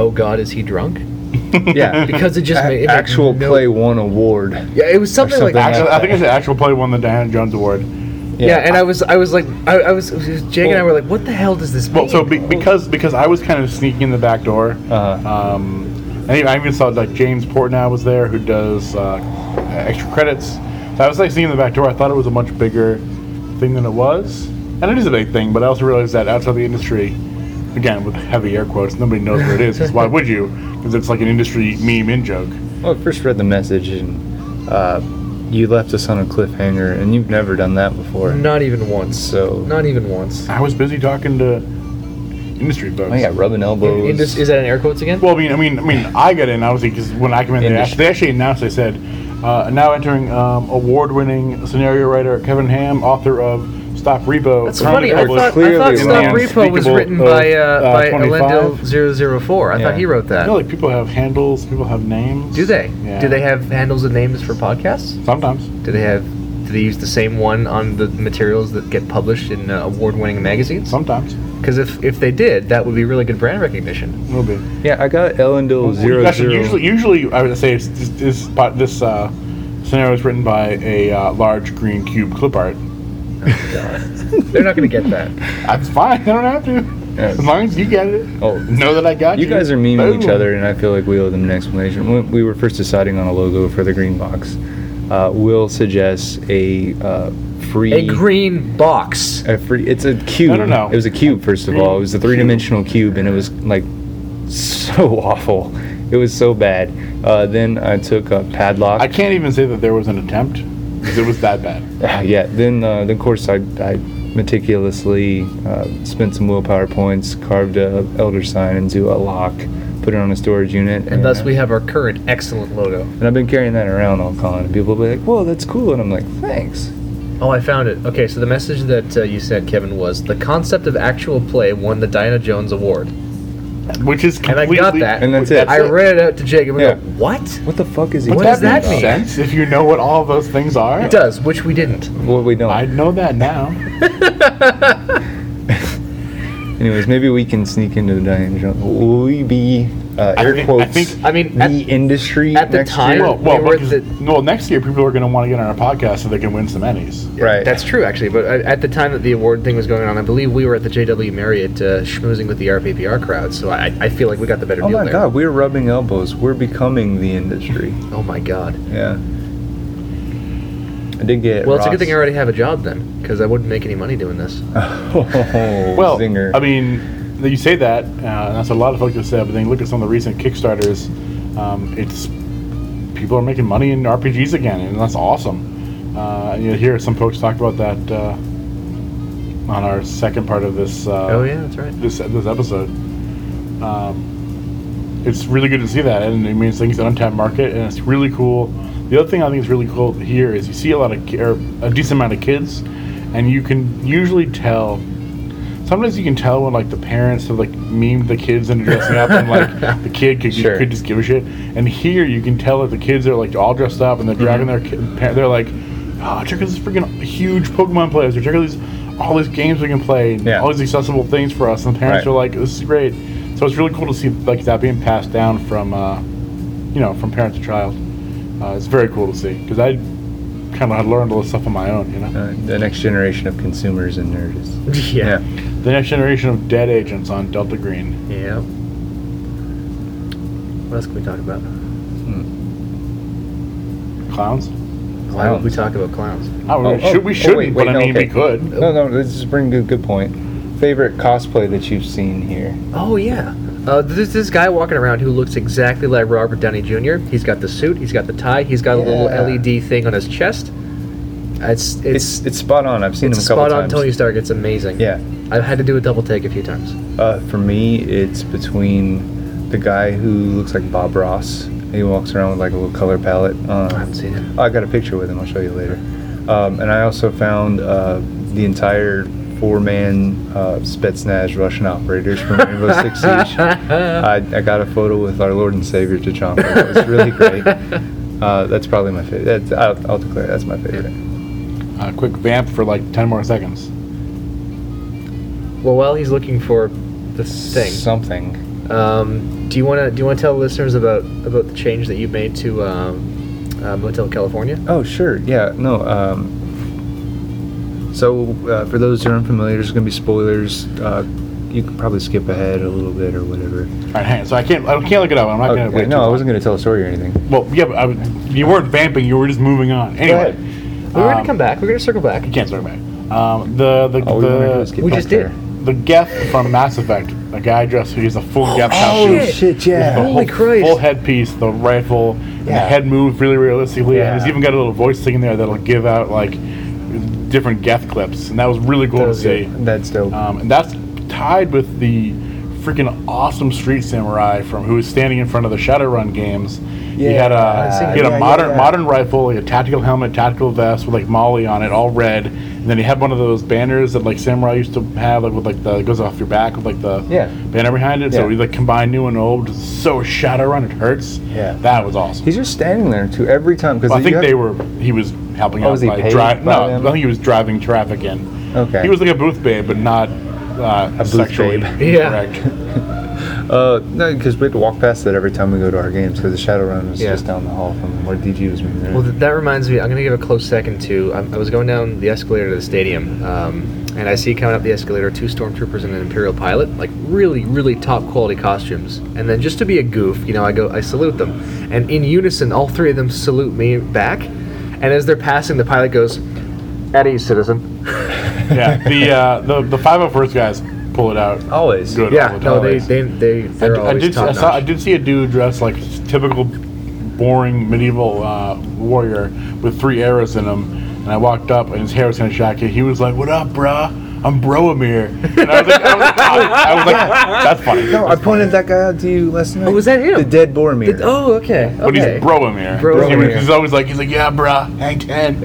oh God, is he drunk?
yeah,
Because it just
a-
made- it made
actual
no-
play won award.
Yeah, it was something, like that.
something like
Actually, I think it's the actual play won the Diana Jones Award.
Yeah, and I was I was like I, I was Jake and I were like, what the hell does this mean?
Well, so be, because because I was kind of sneaking in the back door.
Uh-huh.
Um, anyway, I even saw like James Portnow was there, who does uh, extra credits. So I was like sneaking in the back door. I thought it was a much bigger thing than it was, and it is a big thing. But I also realized that outside the industry, again with heavy air quotes, nobody knows what it is. Because why would you? Because it's like an industry meme in joke.
Well, I first read the message and uh, you left us on a cliffhanger, and you've never done that before.
not even once.
So-
not even once.
I was busy talking to. You industry bugs.
I got oh, rubbing elbows.
In this- is that in air quotes again?
Well, I mean, I mean, I mean, I got in obviously because when I came in, they actually,
Industry.
they actually announced. They said, uh, "Now entering um, award-winning scenario writer Kevin Ham, author of Stop Repo."
That's funny.
currently
I
published-
thought, I
clearly
thought
in
Stop
the
Repo was
Unspeakable
written
of,
by uh,
uh,
by
25.
Elendo 4 I thought
Yeah.
he wrote that.
No, like people have handles, people have names.
Do they?
Yeah.
Do they have handles and names for podcasts?
Sometimes.
Do they have? Do they use the same one on the materials that get published in uh, award-winning magazines?
Sometimes.
Because if if they did, that would be really good brand recognition.
A little bit.
yeah, I got
Oh,
Ellendale zero
Actually,
zero.
Usually, usually I would say it's this this, pot- this uh, scenario is written by a uh, large green cube clip art.
They're not going to get that.
That's fine. I don't have to.
Yeah.
As long as you get it.
Oh.
know that I got you.
You guys are memeing each
Boom.
other, and I feel like we owe them an explanation. When we were first deciding on a logo for the green box, uh, Will suggests a uh, free
A green box.
a free. It's a cube.
no, no.
It was a cube first of
Green
all. It was a three-dimensional cube, and it was like so awful. It was so bad. Uh, then I took a padlock.
I can't even say that there was an attempt because it was that bad.
Uh, yeah. Then, uh, then of course, I, I meticulously uh, spent some willpower points, carved a elder sign into a lock, put it on a storage unit,
And thus we have our current excellent logo.
And I've been carrying that around all con. And people will be like, "Whoa, that's cool," and I'm like, "Thanks."
Oh, I found it. Okay, so the message that uh, you sent, Kevin, was the concept of actual play won the Diana Jones Award.
Which is
And I
completely.
got that.
And that's it.
I read it out to Jake and we
Yeah.
go, what?
What the fuck is he?
What
talking
does that
about?
mean?
sense if you know what all of those things are.
It does, which we didn't.
Well, we don't.
I know that now.
Anyways, maybe we can sneak into the Diana Jones. Will we be uh,
I
air
think- I
quotes?
think-
I mean,
the
at,
industry
at the
next
time-
year?
well, well,
We were
because-
the-
well, next year people are going to want to get on our podcast so they can win some Emmys.
right?
that's true, actually. But at at the time that the award thing was going on, I believe we were at the JW Marriott uh, schmoozing with the RVPR crowd, so I, I feel like we got the better
oh
deal
my
there.
God, we're rubbing elbows. We're becoming the industry.
Oh my god.
Yeah. I did get.
Well, it's a good
Ross-
thing I already have a job then, because I wouldn't make any money doing this.
Oh,
Well,
zinger.
I mean, you say that, uh, and that's a lot of folks have said. But then you look at some of the recent Kickstarters. Um, it's people are making money in RPGs again, and that's awesome. Uh, and you hear some folks talk about that uh, on our second part of this. Uh,
oh, yeah, that's right.
this this episode. Um, it's really good to see that, and it means things an untapped market, and it's really cool. The other thing I think is really cool here is you see a lot of ki- or a decent amount of kids, and you can usually tell. Sometimes you can tell when like the parents have like memed the kids into dressing up, and like the kid could,
Sure.
could just give a shit. And here you can tell that the kids are like all dressed up, and they're
Mm-hmm.
dragging their ki- pa- they're like, oh, check out this freaking huge Pokemon players, or check out these all these games we can play, and
Yeah.
all these accessible things for us. And the parents
Right.
are like, "This is great." So it's really cool to see like that being passed down from, uh, you know, from parent to child. Uh, it's very cool to see because I kind of learned all this stuff on my own. You know,
uh, the next generation of consumers and nerds.
Yeah.
the next generation of dead agents on Delta Green.
Yeah. What else can we talk about?
Hmm.
Clowns.
Why would we talk about clowns?
I don't
Oh,
know,
oh,
should, we
oh,
shouldn't,
wait,
but
wait,
I
no,
mean,
okay.
we could.
No, no, this is bringing a good point. Favorite cosplay that you've seen here?
Oh yeah, uh, there's this guy walking around who looks exactly like Robert Downey Jr. He's got the suit, he's got the tie, he's got a little
Yeah.
LED thing on his chest. It's
It's
it's
it's spot on. I've seen
it's
him a couple
spot on
times.
Tony Stark. It's amazing.
Yeah.
I've had to do a double take a few times.
Uh, for me, it's between the guy who looks like Bob Ross. He walks around with like a little color palette. Um,
I haven't seen him.
I got a picture with him. I'll show you later. Um, and I also found uh, the entire four-man uh, Spetsnaz Russian operators from Rainbow Six Siege. I, I got a photo with our Lord and Savior T'Challa. That was really great. Uh, that's probably my favorite. That's, I'll, I'll declare that's my favorite.
Uh, quick vamp for like ten more seconds.
Well, while he's looking for the thing,
Something.
um, do you wanna do you wanna tell the listeners about about the change that you made to um, uh, Motel California?
Oh, sure. Yeah. No. Um, so, uh, for those who are unfamiliar, there's going to be spoilers. Uh, you can probably skip ahead a little bit or whatever.
All right, hang on. So I can't. I can't look it up. I'm not gonna.
Okay,
Wait
no, I
too
wasn't going to tell a story or anything.
long. Well, yeah, but I, was- you weren't vamping. You were just moving on. Anyway,
We're gonna
um,
come back. We're gonna circle back.
You can't circle back. Um, the the
All Oh, we wanna do is
the,
get
We
back
just did.
there.
the Geth from Mass Effect, the guy dressed who has a full Geth
Oh,
costume.
shit.
shit!
The
Yeah.
Holy
whole-
Christ.
Full headpiece, the rifle, and the
Yeah.
head moves really realistically, and he's
Yeah.
even got a little voice thing in there that'll give out like different Geth clips, and that was really cool
That
to
was
see.
good.
That's dope.
Um, and that's tied with the freaking awesome street samurai from who was standing in front of the Shadowrun games. he
Yeah,
had a
I've
seen
he had
it.
a
Yeah,
modern
yeah, yeah.
modern rifle, he had a tactical helmet, tactical vest with like Molly on it, all red. And then he had one of those banners that like samurai used to have, like with like the it goes off your back with like the
Yeah.
banner behind it. So
Yeah.
he like combined new and old. Just so Shadowrun, it hurts.
Yeah.
that was awesome.
He's just standing there too every time because
Well, I think they were. He was helping
Oh,
out
was he
by
paid
driving.
by
No,
them?
I think he was driving traffic in.
Okay.
He was like a booth babe, but not uh,
booth
sexually
babe.
Yeah.
correct.
Uh, no, because we had to walk past that every time we go to our games because the Shadowrun was
Yeah.
just down the hall from where DG was meeting.
Well, th- that reminds me. I'm gonna give a close second to. um, I, I was going down the escalator to the stadium, um, and I see coming up the escalator two stormtroopers and an imperial pilot, like really, really top quality costumes. And then just to be a goof, you know, I go, I salute them, and in unison, all three of them salute me back. And as they're passing, the pilot goes, "At ease, citizen."
yeah. The uh, the the five hundred first guys pull it out.
always.
Good.
Yeah,
all the
no, they
time.
they they
I,
Oh, they're
d- I
always
did. see- I,
top
saw, I
notch.
did see a dude dressed like typical boring medieval uh, warrior with three arrows in him, and I walked up and his hair was kind of shaggy. He was like, "What up, bruh? I'm Broamir." And I was like, I was like, "Oh." I was like "That's funny."
No, I pointed that guy out to you last night.
Oh, was that him?
The dead Boromir.
Oh, okay.
But
okay.
he's Broamir.
Broamir.
He was- He's always like, he's like, yeah, bruh, hang ten.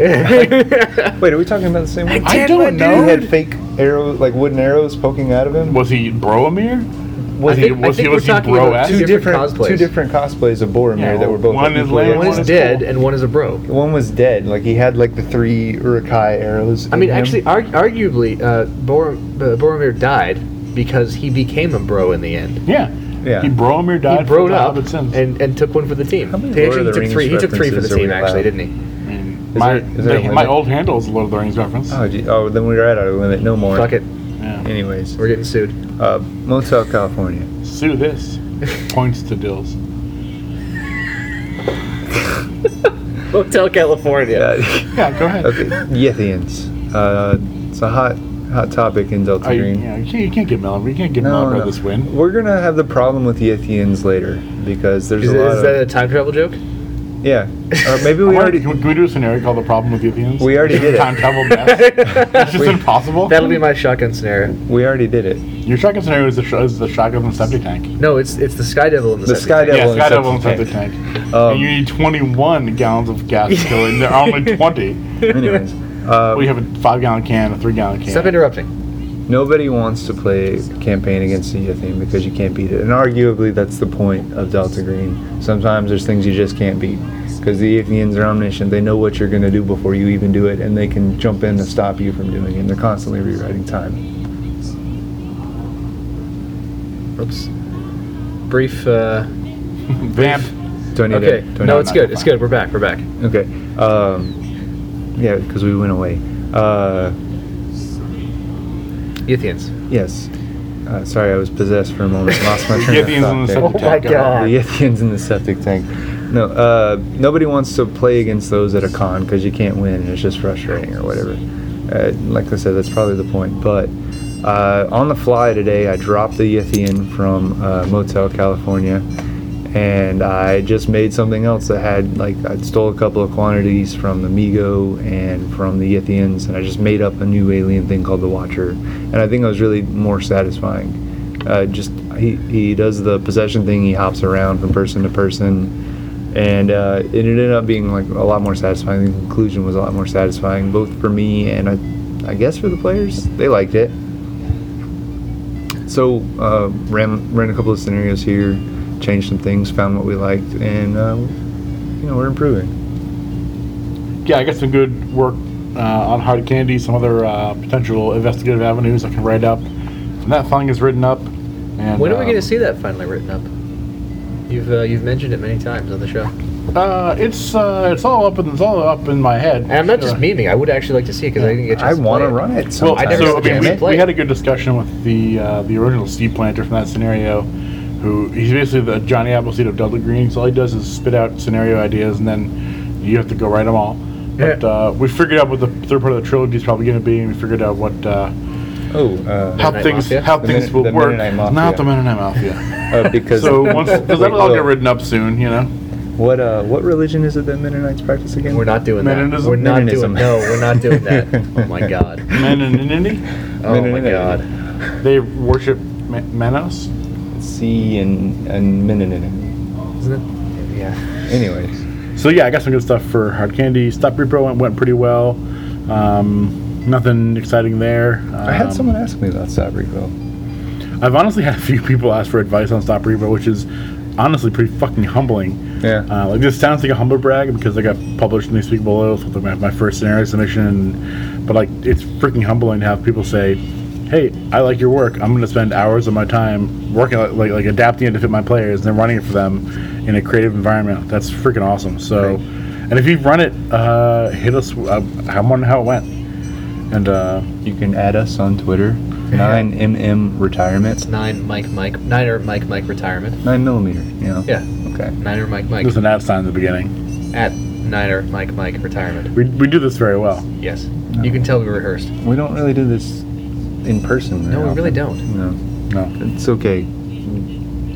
Wait, are we talking about the same
I
one?
I
Dead
don't
my
He
know.
had fake arrows, like wooden arrows poking out of him.
Was he Broamir?
I
Was
he-
think, I
was he-
think
was
we're
he
talking about
bro-esque?
two
two different,
different,
cosplays.
two different cosplays of Boromir
Yeah,
that were both
one is
equally
laying,
One
awesome.
is
is
dead,
cool.
and one is a bro.
One was dead. Like he had like the three Urukai arrows.
I
in
mean,
him.
actually, ar- arguably, uh, Bor- uh, Boromir died because he became a bro in the end.
Yeah.
Yeah.
He Broamir
He
died for
broed
the
up
Hobbit sins.
and, and took one for the team.
How many
He
Lord of
actually
the
took
Rings
three. He took three for the
references are we
team, actually,
allowed?
didn't he?
I mean,
Is
my,
there- is there a
my
limit?
old handle is a Lord of the Rings reference.
Oh, gee. oh, then we were at our limit. No more.
Fuck it,
Yeah.
Anyways,
we're getting sued.
uh, Motel California.
Sue this. Points to Dills.
Hotel California.
Yeah.
Yeah, go ahead.
okay. Yethians. Uh, it's a hot, hot topic in Delta
Are you,
Green.
yeah, you, can't, you can't get Melon. You can't get Melon by this win.
We're gonna have the problem with Yethians later because there's
Is,
a lot
is
of
that a time travel joke?
yeah. Or maybe
I
we
wonder-
already
can, we, can we do a scenario called The Problem with Yuthians?
We already did it.
Time travel mess. It's just
We-
impossible.
That'll be my shotgun scenario.
we already did it.
Your shotgun scenario is the, sh- is the shotgun and septic tank.
No, it's it's the Sky Devil in the,
The
second
Sky
thing.
Devil and
Yeah, Sky Devil and
septic
septic tank.
Um,
and you need 21 gallons of gas to go in. There are only 20.
Anyways, uh,
We have a five gallon can, a three gallon can.
Stop interrupting.
nobody wants to play campaign against the Yethian because you can't beat it, and arguably that's the point of Delta Green. Sometimes there's things you just can't beat because the Yethians are omniscient. They know what you're gonna do before you even do it, and they can jump in to stop you from doing it. And they're constantly rewriting time.
Oops. Brief. Uh,
Vamp.
Do I need
okay.
To, do I
No,
need-
it's good. It's good. We're back. We're back.
Okay. Um, yeah, because we went away. Uh,
Yithians.
yes. Uh, sorry, I was possessed for a moment. Lost my
The
train of
Yithians
thought
and the
there.
Oh
septic tank.
my God.
The Yithians in the septic tank. No, uh, nobody wants to play against those at a con because you can't win and it's just frustrating or whatever. Uh, like I said, that's probably the point. But uh, on the fly today, I dropped the Yithian from uh, Motel California and I just made something else that had, like, I stole a couple of quantities from the Migo and from the Yithians and I just made up a new alien thing called the Watcher. And I think it was really more satisfying uh, just he, he does the possession thing. He hops around from person to person, and uh, it ended up being like a lot more satisfying. The conclusion was a lot more satisfying, both for me and I, I guess for the players. They liked it. So uh, ran ran a couple of scenarios here, changed some things, found what we liked, and uh, you know we're improving.
Yeah, I got some good work uh, on hard candy, some other uh, potential investigative avenues I can write up. And that thing is written up. And,
When are we
um,
going to see that finally written up? You've uh, you've mentioned it many times on the show.
Uh, it's uh, it's all up and it's all up in my head.
And I'm not just
Uh,
memeing. I would actually like to see it because I didn't get. a
I
chance to
want to
play
run it.
Well,
I
sometime.
never
so, I
said
mean,
jam
we,
it.
we had a good discussion with the uh, the original seed planter from that scenario, who he's basically the Johnny Appleseed of Delta Green. So all he does is spit out scenario ideas, and then you have to go write them all. But
Yeah.
uh, we figured out what the third part of the trilogy is probably going to be, and we figured out what uh,
oh, uh,
how
Mennonite
things
Mafia?
how
The
things
Menno-
will
the
work.
Mennonite Mafia.
Not the Mennonite Mafia.
uh, because
so once because
Wait,
that'll all get
look.
written up soon, you know.
What uh, what religion is it that Mennonites practice again?
It. We're not doing that.
Mennonism?
We're not doing.
Mennonism.
No, we're not doing that. Oh my god.
Mennonite.
Oh my
Mennonism.
god.
They worship Ma- Manos.
C and and minute in it.
Isn't it?
Yeah. Anyways,
So yeah, I got some good stuff for hard candy. Stop repro went, went pretty well. Um, nothing exciting there.
I had
Um,
someone ask me about Stop Refill.
I've honestly had a few people ask for advice on stop repro, which is honestly pretty fucking humbling.
Yeah.
Uh, like this sounds like a humble brag because I got published in the Speak Below, so like my, my first scenario submission. And, but like, it's freaking humbling to have people say, "Hey, I like your work. I'm going to spend hours of my time working like, like like adapting it to fit my players and then running it for them in a creative environment. That's freaking awesome. So,
Great.
and if you've run it, uh, hit us. Uh, I wondering how it went. And uh,
You can add us on Twitter. Nine mm
It's
retirement.
nine Mike Mike nine or Mike Mike retirement.
Nine millimeter. Yeah.
Yeah,
Okay.
niner Mike Mike
there's an ad sign at the beginning.
at niner Mike Mike retirement.
We we do this very well.
Yes, you can tell we rehearsed.
We don't really do this in person. very
No, we really
often.
don't.
No,
No.
it's okay.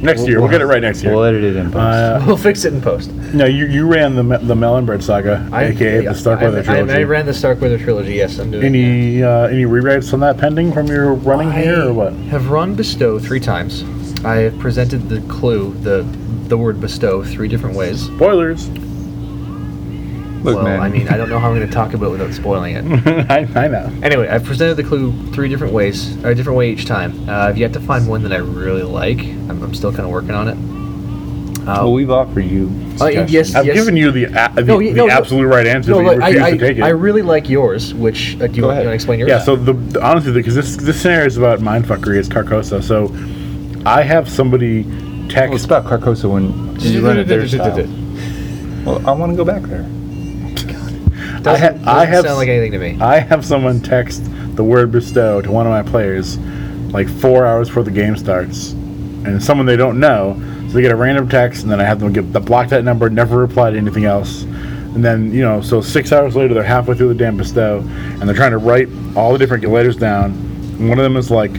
Next year, we'll get it right next year.
We'll edit it in post.
Uh,
We'll fix it in post.
no, you, you ran the me- the melon bread saga, aka the
I,
Starkweather trilogy.
I, I ran the Starkweather trilogy. Yes, I'm doing. it.
any uh, any rewrites on that pending from your running here or what?
I
Have run bestow three times. I have presented the clue, the the word bestow, three different ways.
Spoilers.
Look,
well,
man.
I mean, I don't know how I'm going to talk about it without spoiling it.
I, I know.
Anyway, I've presented the clue three different ways, or a different way each time. Uh, I've yet to find one that I really like. I'm, I'm still kind of working on it. Uh,
well, we've offered you.
uh, yes,
suggestions.
I've
yes.
given you the a- the,
No, you-
the
no, no.
absolute right answer,
No,
but
look,
you refuse
I,
to take
I, I
it.
really like yours, which uh, do you
Go
want
ahead.
to explain yours?
yeah. So the, the honestly, because this this scenario is about mindfuckery, it's Carcosa. So I have somebody
Well, it's
text.
about Carcosa when you run it there. Well, I want to go back there.
Doesn't,
I, ha-
doesn't
I have
sound like anything to me.
I have someone text the word bestow to one of my players like four hours before the game starts, and it's someone they don't know. So they get a random text, and then I have them get the block that number, never reply to anything else. And then, you know, so six hours later, they're halfway through the damn bestow, and they're trying to write all the different letters down. And one of them is like,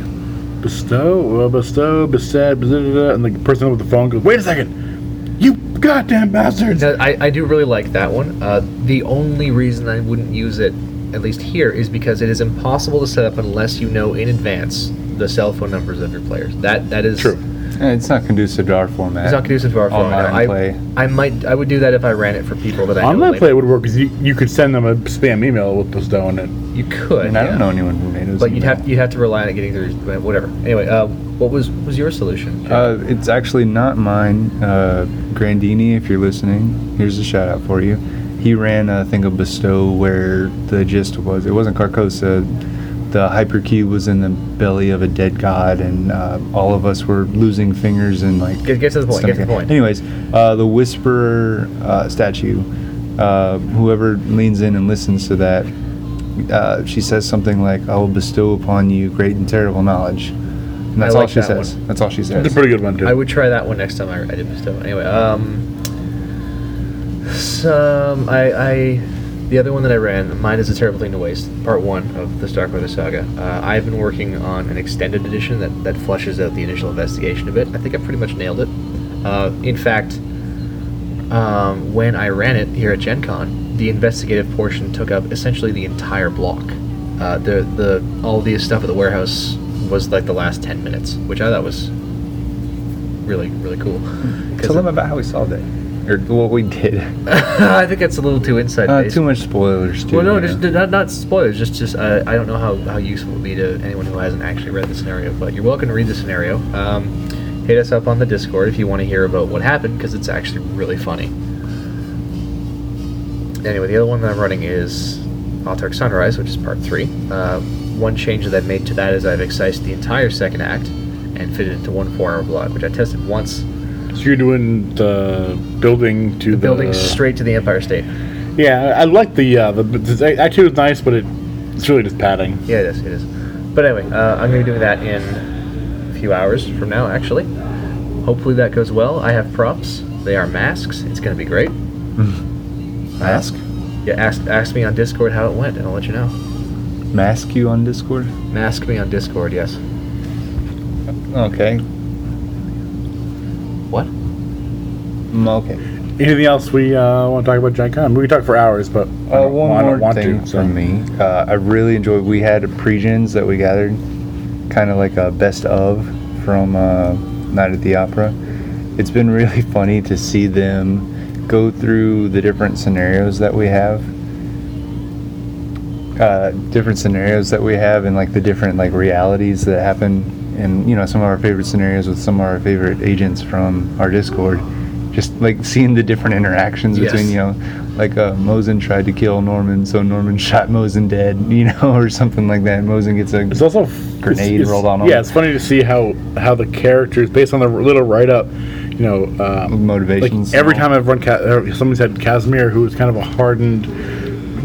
bestow, uh, bestow, bested, blah, blah, blah, blah," and the person with the phone goes, wait a second, you goddamn bastards!
No, I, I do really like that one. Uh, the only reason I wouldn't use it, at least here, is because it is impossible to set up unless you know in advance the cell phone numbers of your players. That that is
True.
Eh, It's not conducive to our format.
It's not conducive to our format.
Online
I,
play.
I might I would do that if I ran it for people that I know
Online
later.
play would work because you, you could send them a spam email with bestow in it.
You could,
I mean, I
yeah.
don't know anyone who made it.
but you'd have you'd have to rely on it getting through. Whatever. Anyway, uh, what was was your solution?
Uh, it's actually not mine. Uh, Grandini, if you're listening, here's a shout out for you. He ran a thing of Bestow where the gist was it wasn't Carcosa. The hypercube was in the belly of a dead god, and uh, all of us were losing fingers and like.
Get- get to the point, get to the
stuff.
point.
Anyways, uh, the Whisperer uh, statue. Uh, whoever leans in and listens to that, uh, she says something like, "I will bestow upon you great and terrible knowledge," and that's
I
all
like
she
that
says. That's all she says.
It's a pretty good one too.
I would try that one next time I, I did this stuff. Anyway, um, some I, I the other one that I ran, mine is a terrible thing to waste. Part one of the Starkweather Saga. Uh, I've been working on an extended edition that that flushes out the initial investigation a bit. I think I pretty much nailed it. Uh, in fact, um, when I ran it here at Gen Con, the investigative portion took up essentially the entire block. Uh, the the all the stuff at the warehouse was like the last ten minutes, which I thought was really really cool. 'Cause
Tell them
it-
about how we solved it, or what we did.
I think that's a little too inside.
Uh, too much spoilers. Too,
Well, no,
you
just
know.
not, not spoilers. Just, just uh, I don't know how, how useful it would be to anyone who hasn't actually read the scenario. But you're welcome to read the scenario. Um, hit us up on the Discord if you want to hear about what happened because it's actually really funny. Anyway, the other one that I'm running is Autark Sunrise, which is part three. Uh, one change that I've made to that is I've excised the entire second act and fitted it into one four-hour block, which I tested once.
so you're doing the building to the,
building straight to the Empire State.
Yeah, I I like the uh, the, the act two is nice, but it it's really just padding.
Yeah, it is. It is. But anyway, uh, I'm going to be doing that in a few hours from now, actually. Hopefully that goes well. I have props. They are masks. It's going to be great.
mask.
Yeah, ask ask me on Discord how it went, and I'll let you know.
Mask you on Discord.
Mask me on Discord. Yes.
Okay.
What?
Mm, Okay.
Anything else we uh, want to talk about Gen Con? We could talk for hours, but I
Uh,
don't-
one
I don't
more
want
thing
to, so.
from me. Uh, I really enjoyed. We had pre-gens that we gathered, kind of like a best of from uh, Night at the Opera. It's been really funny to see them go through the different scenarios that we have. Uh, different scenarios that we have and like the different like realities that happen and you know some of our favorite scenarios with some of our favorite agents from our discord just like seeing the different interactions
Yes.
between you know like uh, Mosin tried to kill Norman so Norman shot Mosin dead you know or something like that and Mosin gets a
It's also f-
Grenade
it's- it's-
rolled on 'em.
Yeah, it's funny to see how how the characters, based on the little write up, you know, um, like
motivations and
every
all.
time I've run, Ca- uh, someone's had Casimir, who was kind of a hardened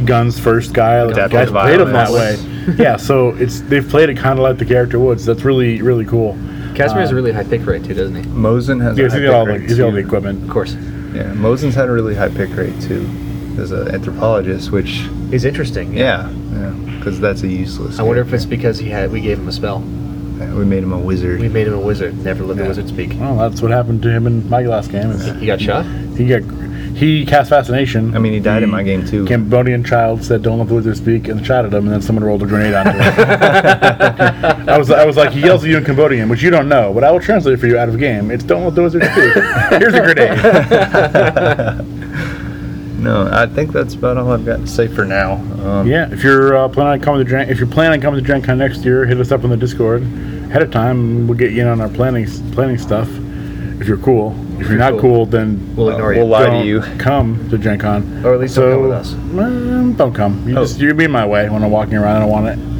guns first guy. Like,
Adapted
guys
to
played him that way.
violence.
yeah, so it's they've played it kind of like the character would. So that's really really cool.
Casimir has a really high pick rate too, doesn't he?
Mosin has
Yeah,
a
he's
high
got all
pick
the
rate,
he's got all
too.
the equipment.
Of course.
Yeah, Mosin's had a really high pick rate too, as an anthropologist. Which
He's interesting.
yeah, yeah, because that's a useless.
I wonder if
character.
it's because he had we gave him a spell.
Yeah, we made him a wizard.
We made him a wizard. Never let the
Yeah.
wizard speak.
Well, that's what happened to him in my last game. is
He got shot.
He got he cast fascination.
I mean, he died in
The
my game, too.
Cambodian child said, "Don't let the wizard speak," and shot at him, and then someone rolled a grenade onto him. I was I was like, he yells at you in Cambodian, which you don't know, but I will translate it for you out of game. It's "Don't let the wizard speak." Here's a grenade.
no, I think that's about all I've got to say for now. Um,
yeah, if you're uh, planning on coming to Gen- if you're planning on coming to Gen Con next year, hit us up on the Discord ahead of time. We'll get you in on our planning planning stuff. If you're cool, if you're not
cool.
cool, then
We'll
uh,
ignore
we'll
you.
lie
don't
to you.
Come to Gen Con.
Or at least don't come with us.
Um, don't come. You
Oh.
just, you're being my way when I'm walking around. I don't want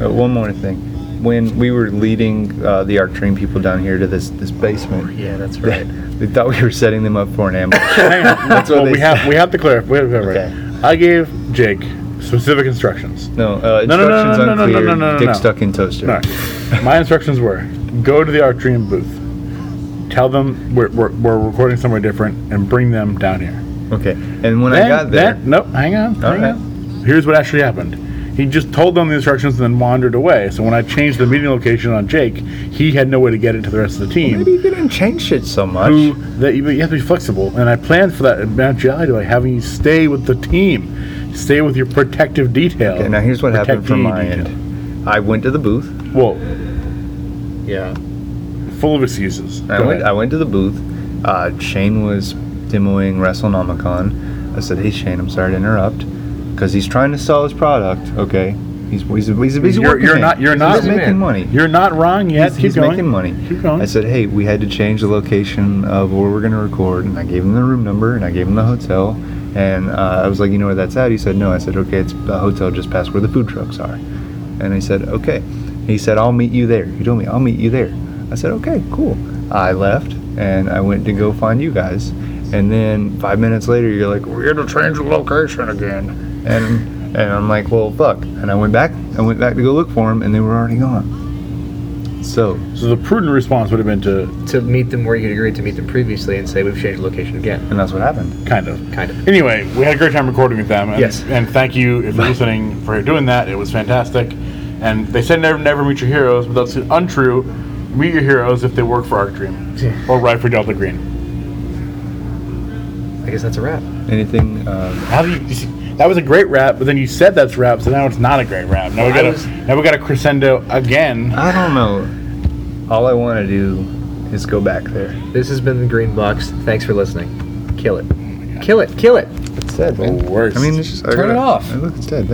it.
Uh, one more thing. When we were leading uh, the Arcturine people down here to this this
Oh,
basement,
Yeah, that's
they,
right.
they thought we were setting them up for an ambush.
Hang on.
That's what
well,
they
we have. We have to clarify. We have to clarify.
Okay.
I gave Jake specific instructions.
No, uh,
No, no, no,
instructions
no, no, no,
unclear.
no, no, no,
Dick
no.
stuck in toaster.
No, my instructions were: go to the Arcturian booth, tell them we're, we're, we're recording somewhere different, and bring them down here.
Okay, and when I got there,
Then, nope. Hang on.
All
hang
right.
on. Here's what actually happened. He just told them the instructions and then wandered away. So when I changed the meeting location on Jake, he had no way to get it to the rest of the team.
maybe you didn't change shit so much.
who that you, you have to be flexible. And I planned for that eventuality by having you stay with the team, stay with your protective detail.
Okay, now here's what happened from my
Protectee detail.
end. I went to the booth.
Well,
Yeah.
full of excuses.
I
Go
went.
ahead.
I went to the booth. Uh, Shane was demoing WrestleNomicon. I said, "Hey Shane, I'm sorry to interrupt, because he's trying to sell his product. Okay, he's he's a, he's a busy
You're-
working
you're
man.
not- you're
He's
not-
making
man.
money.
You're not wrong yet.
he's,
Keep
he's
going.
making money.
Keep going.
I said, hey, we had to change the location of where we're going to record, and I gave him the room number and I gave him the hotel, and uh, I was like, you know where that's at? He said, no. I said, okay, it's the hotel just past where the food trucks are, and he said, okay. He said, I'll meet you there. He told me, I'll meet you there. I said, okay, cool. I left and I went to go find you guys, and then five minutes later, you're like, we had to change the location again, and. And I'm like, well, fuck. And I went back. I went back to go look for him, and they were already gone. So
so the prudent response would have been to
To meet them where you agreed to meet them previously and say we've changed location again.
And that's what happened.
kind of.
Kind of.
Anyway, we had a great time recording with them. And,
Yes.
And thank you if you're listening for doing that. It was fantastic. And they said never, never meet your heroes, but that's untrue. Meet your heroes if they work for Arc Dream or ride for Delta Green.
I guess that's a wrap.
Anything? Uh,
How do you? you see, that was a great rap, but then you said that's rap, so now it's not a great rap. Now we
Well,
got
I
a
was-
now we got a crescendo again.
I don't know. All I want to do is go back there.
This has been the Green Box. Thanks for listening. Kill it. Kill it. Kill it.
It's dead,
The
man.
worst.
I mean, it's just I
Turn it
gotta-
off.
Look, it's dead.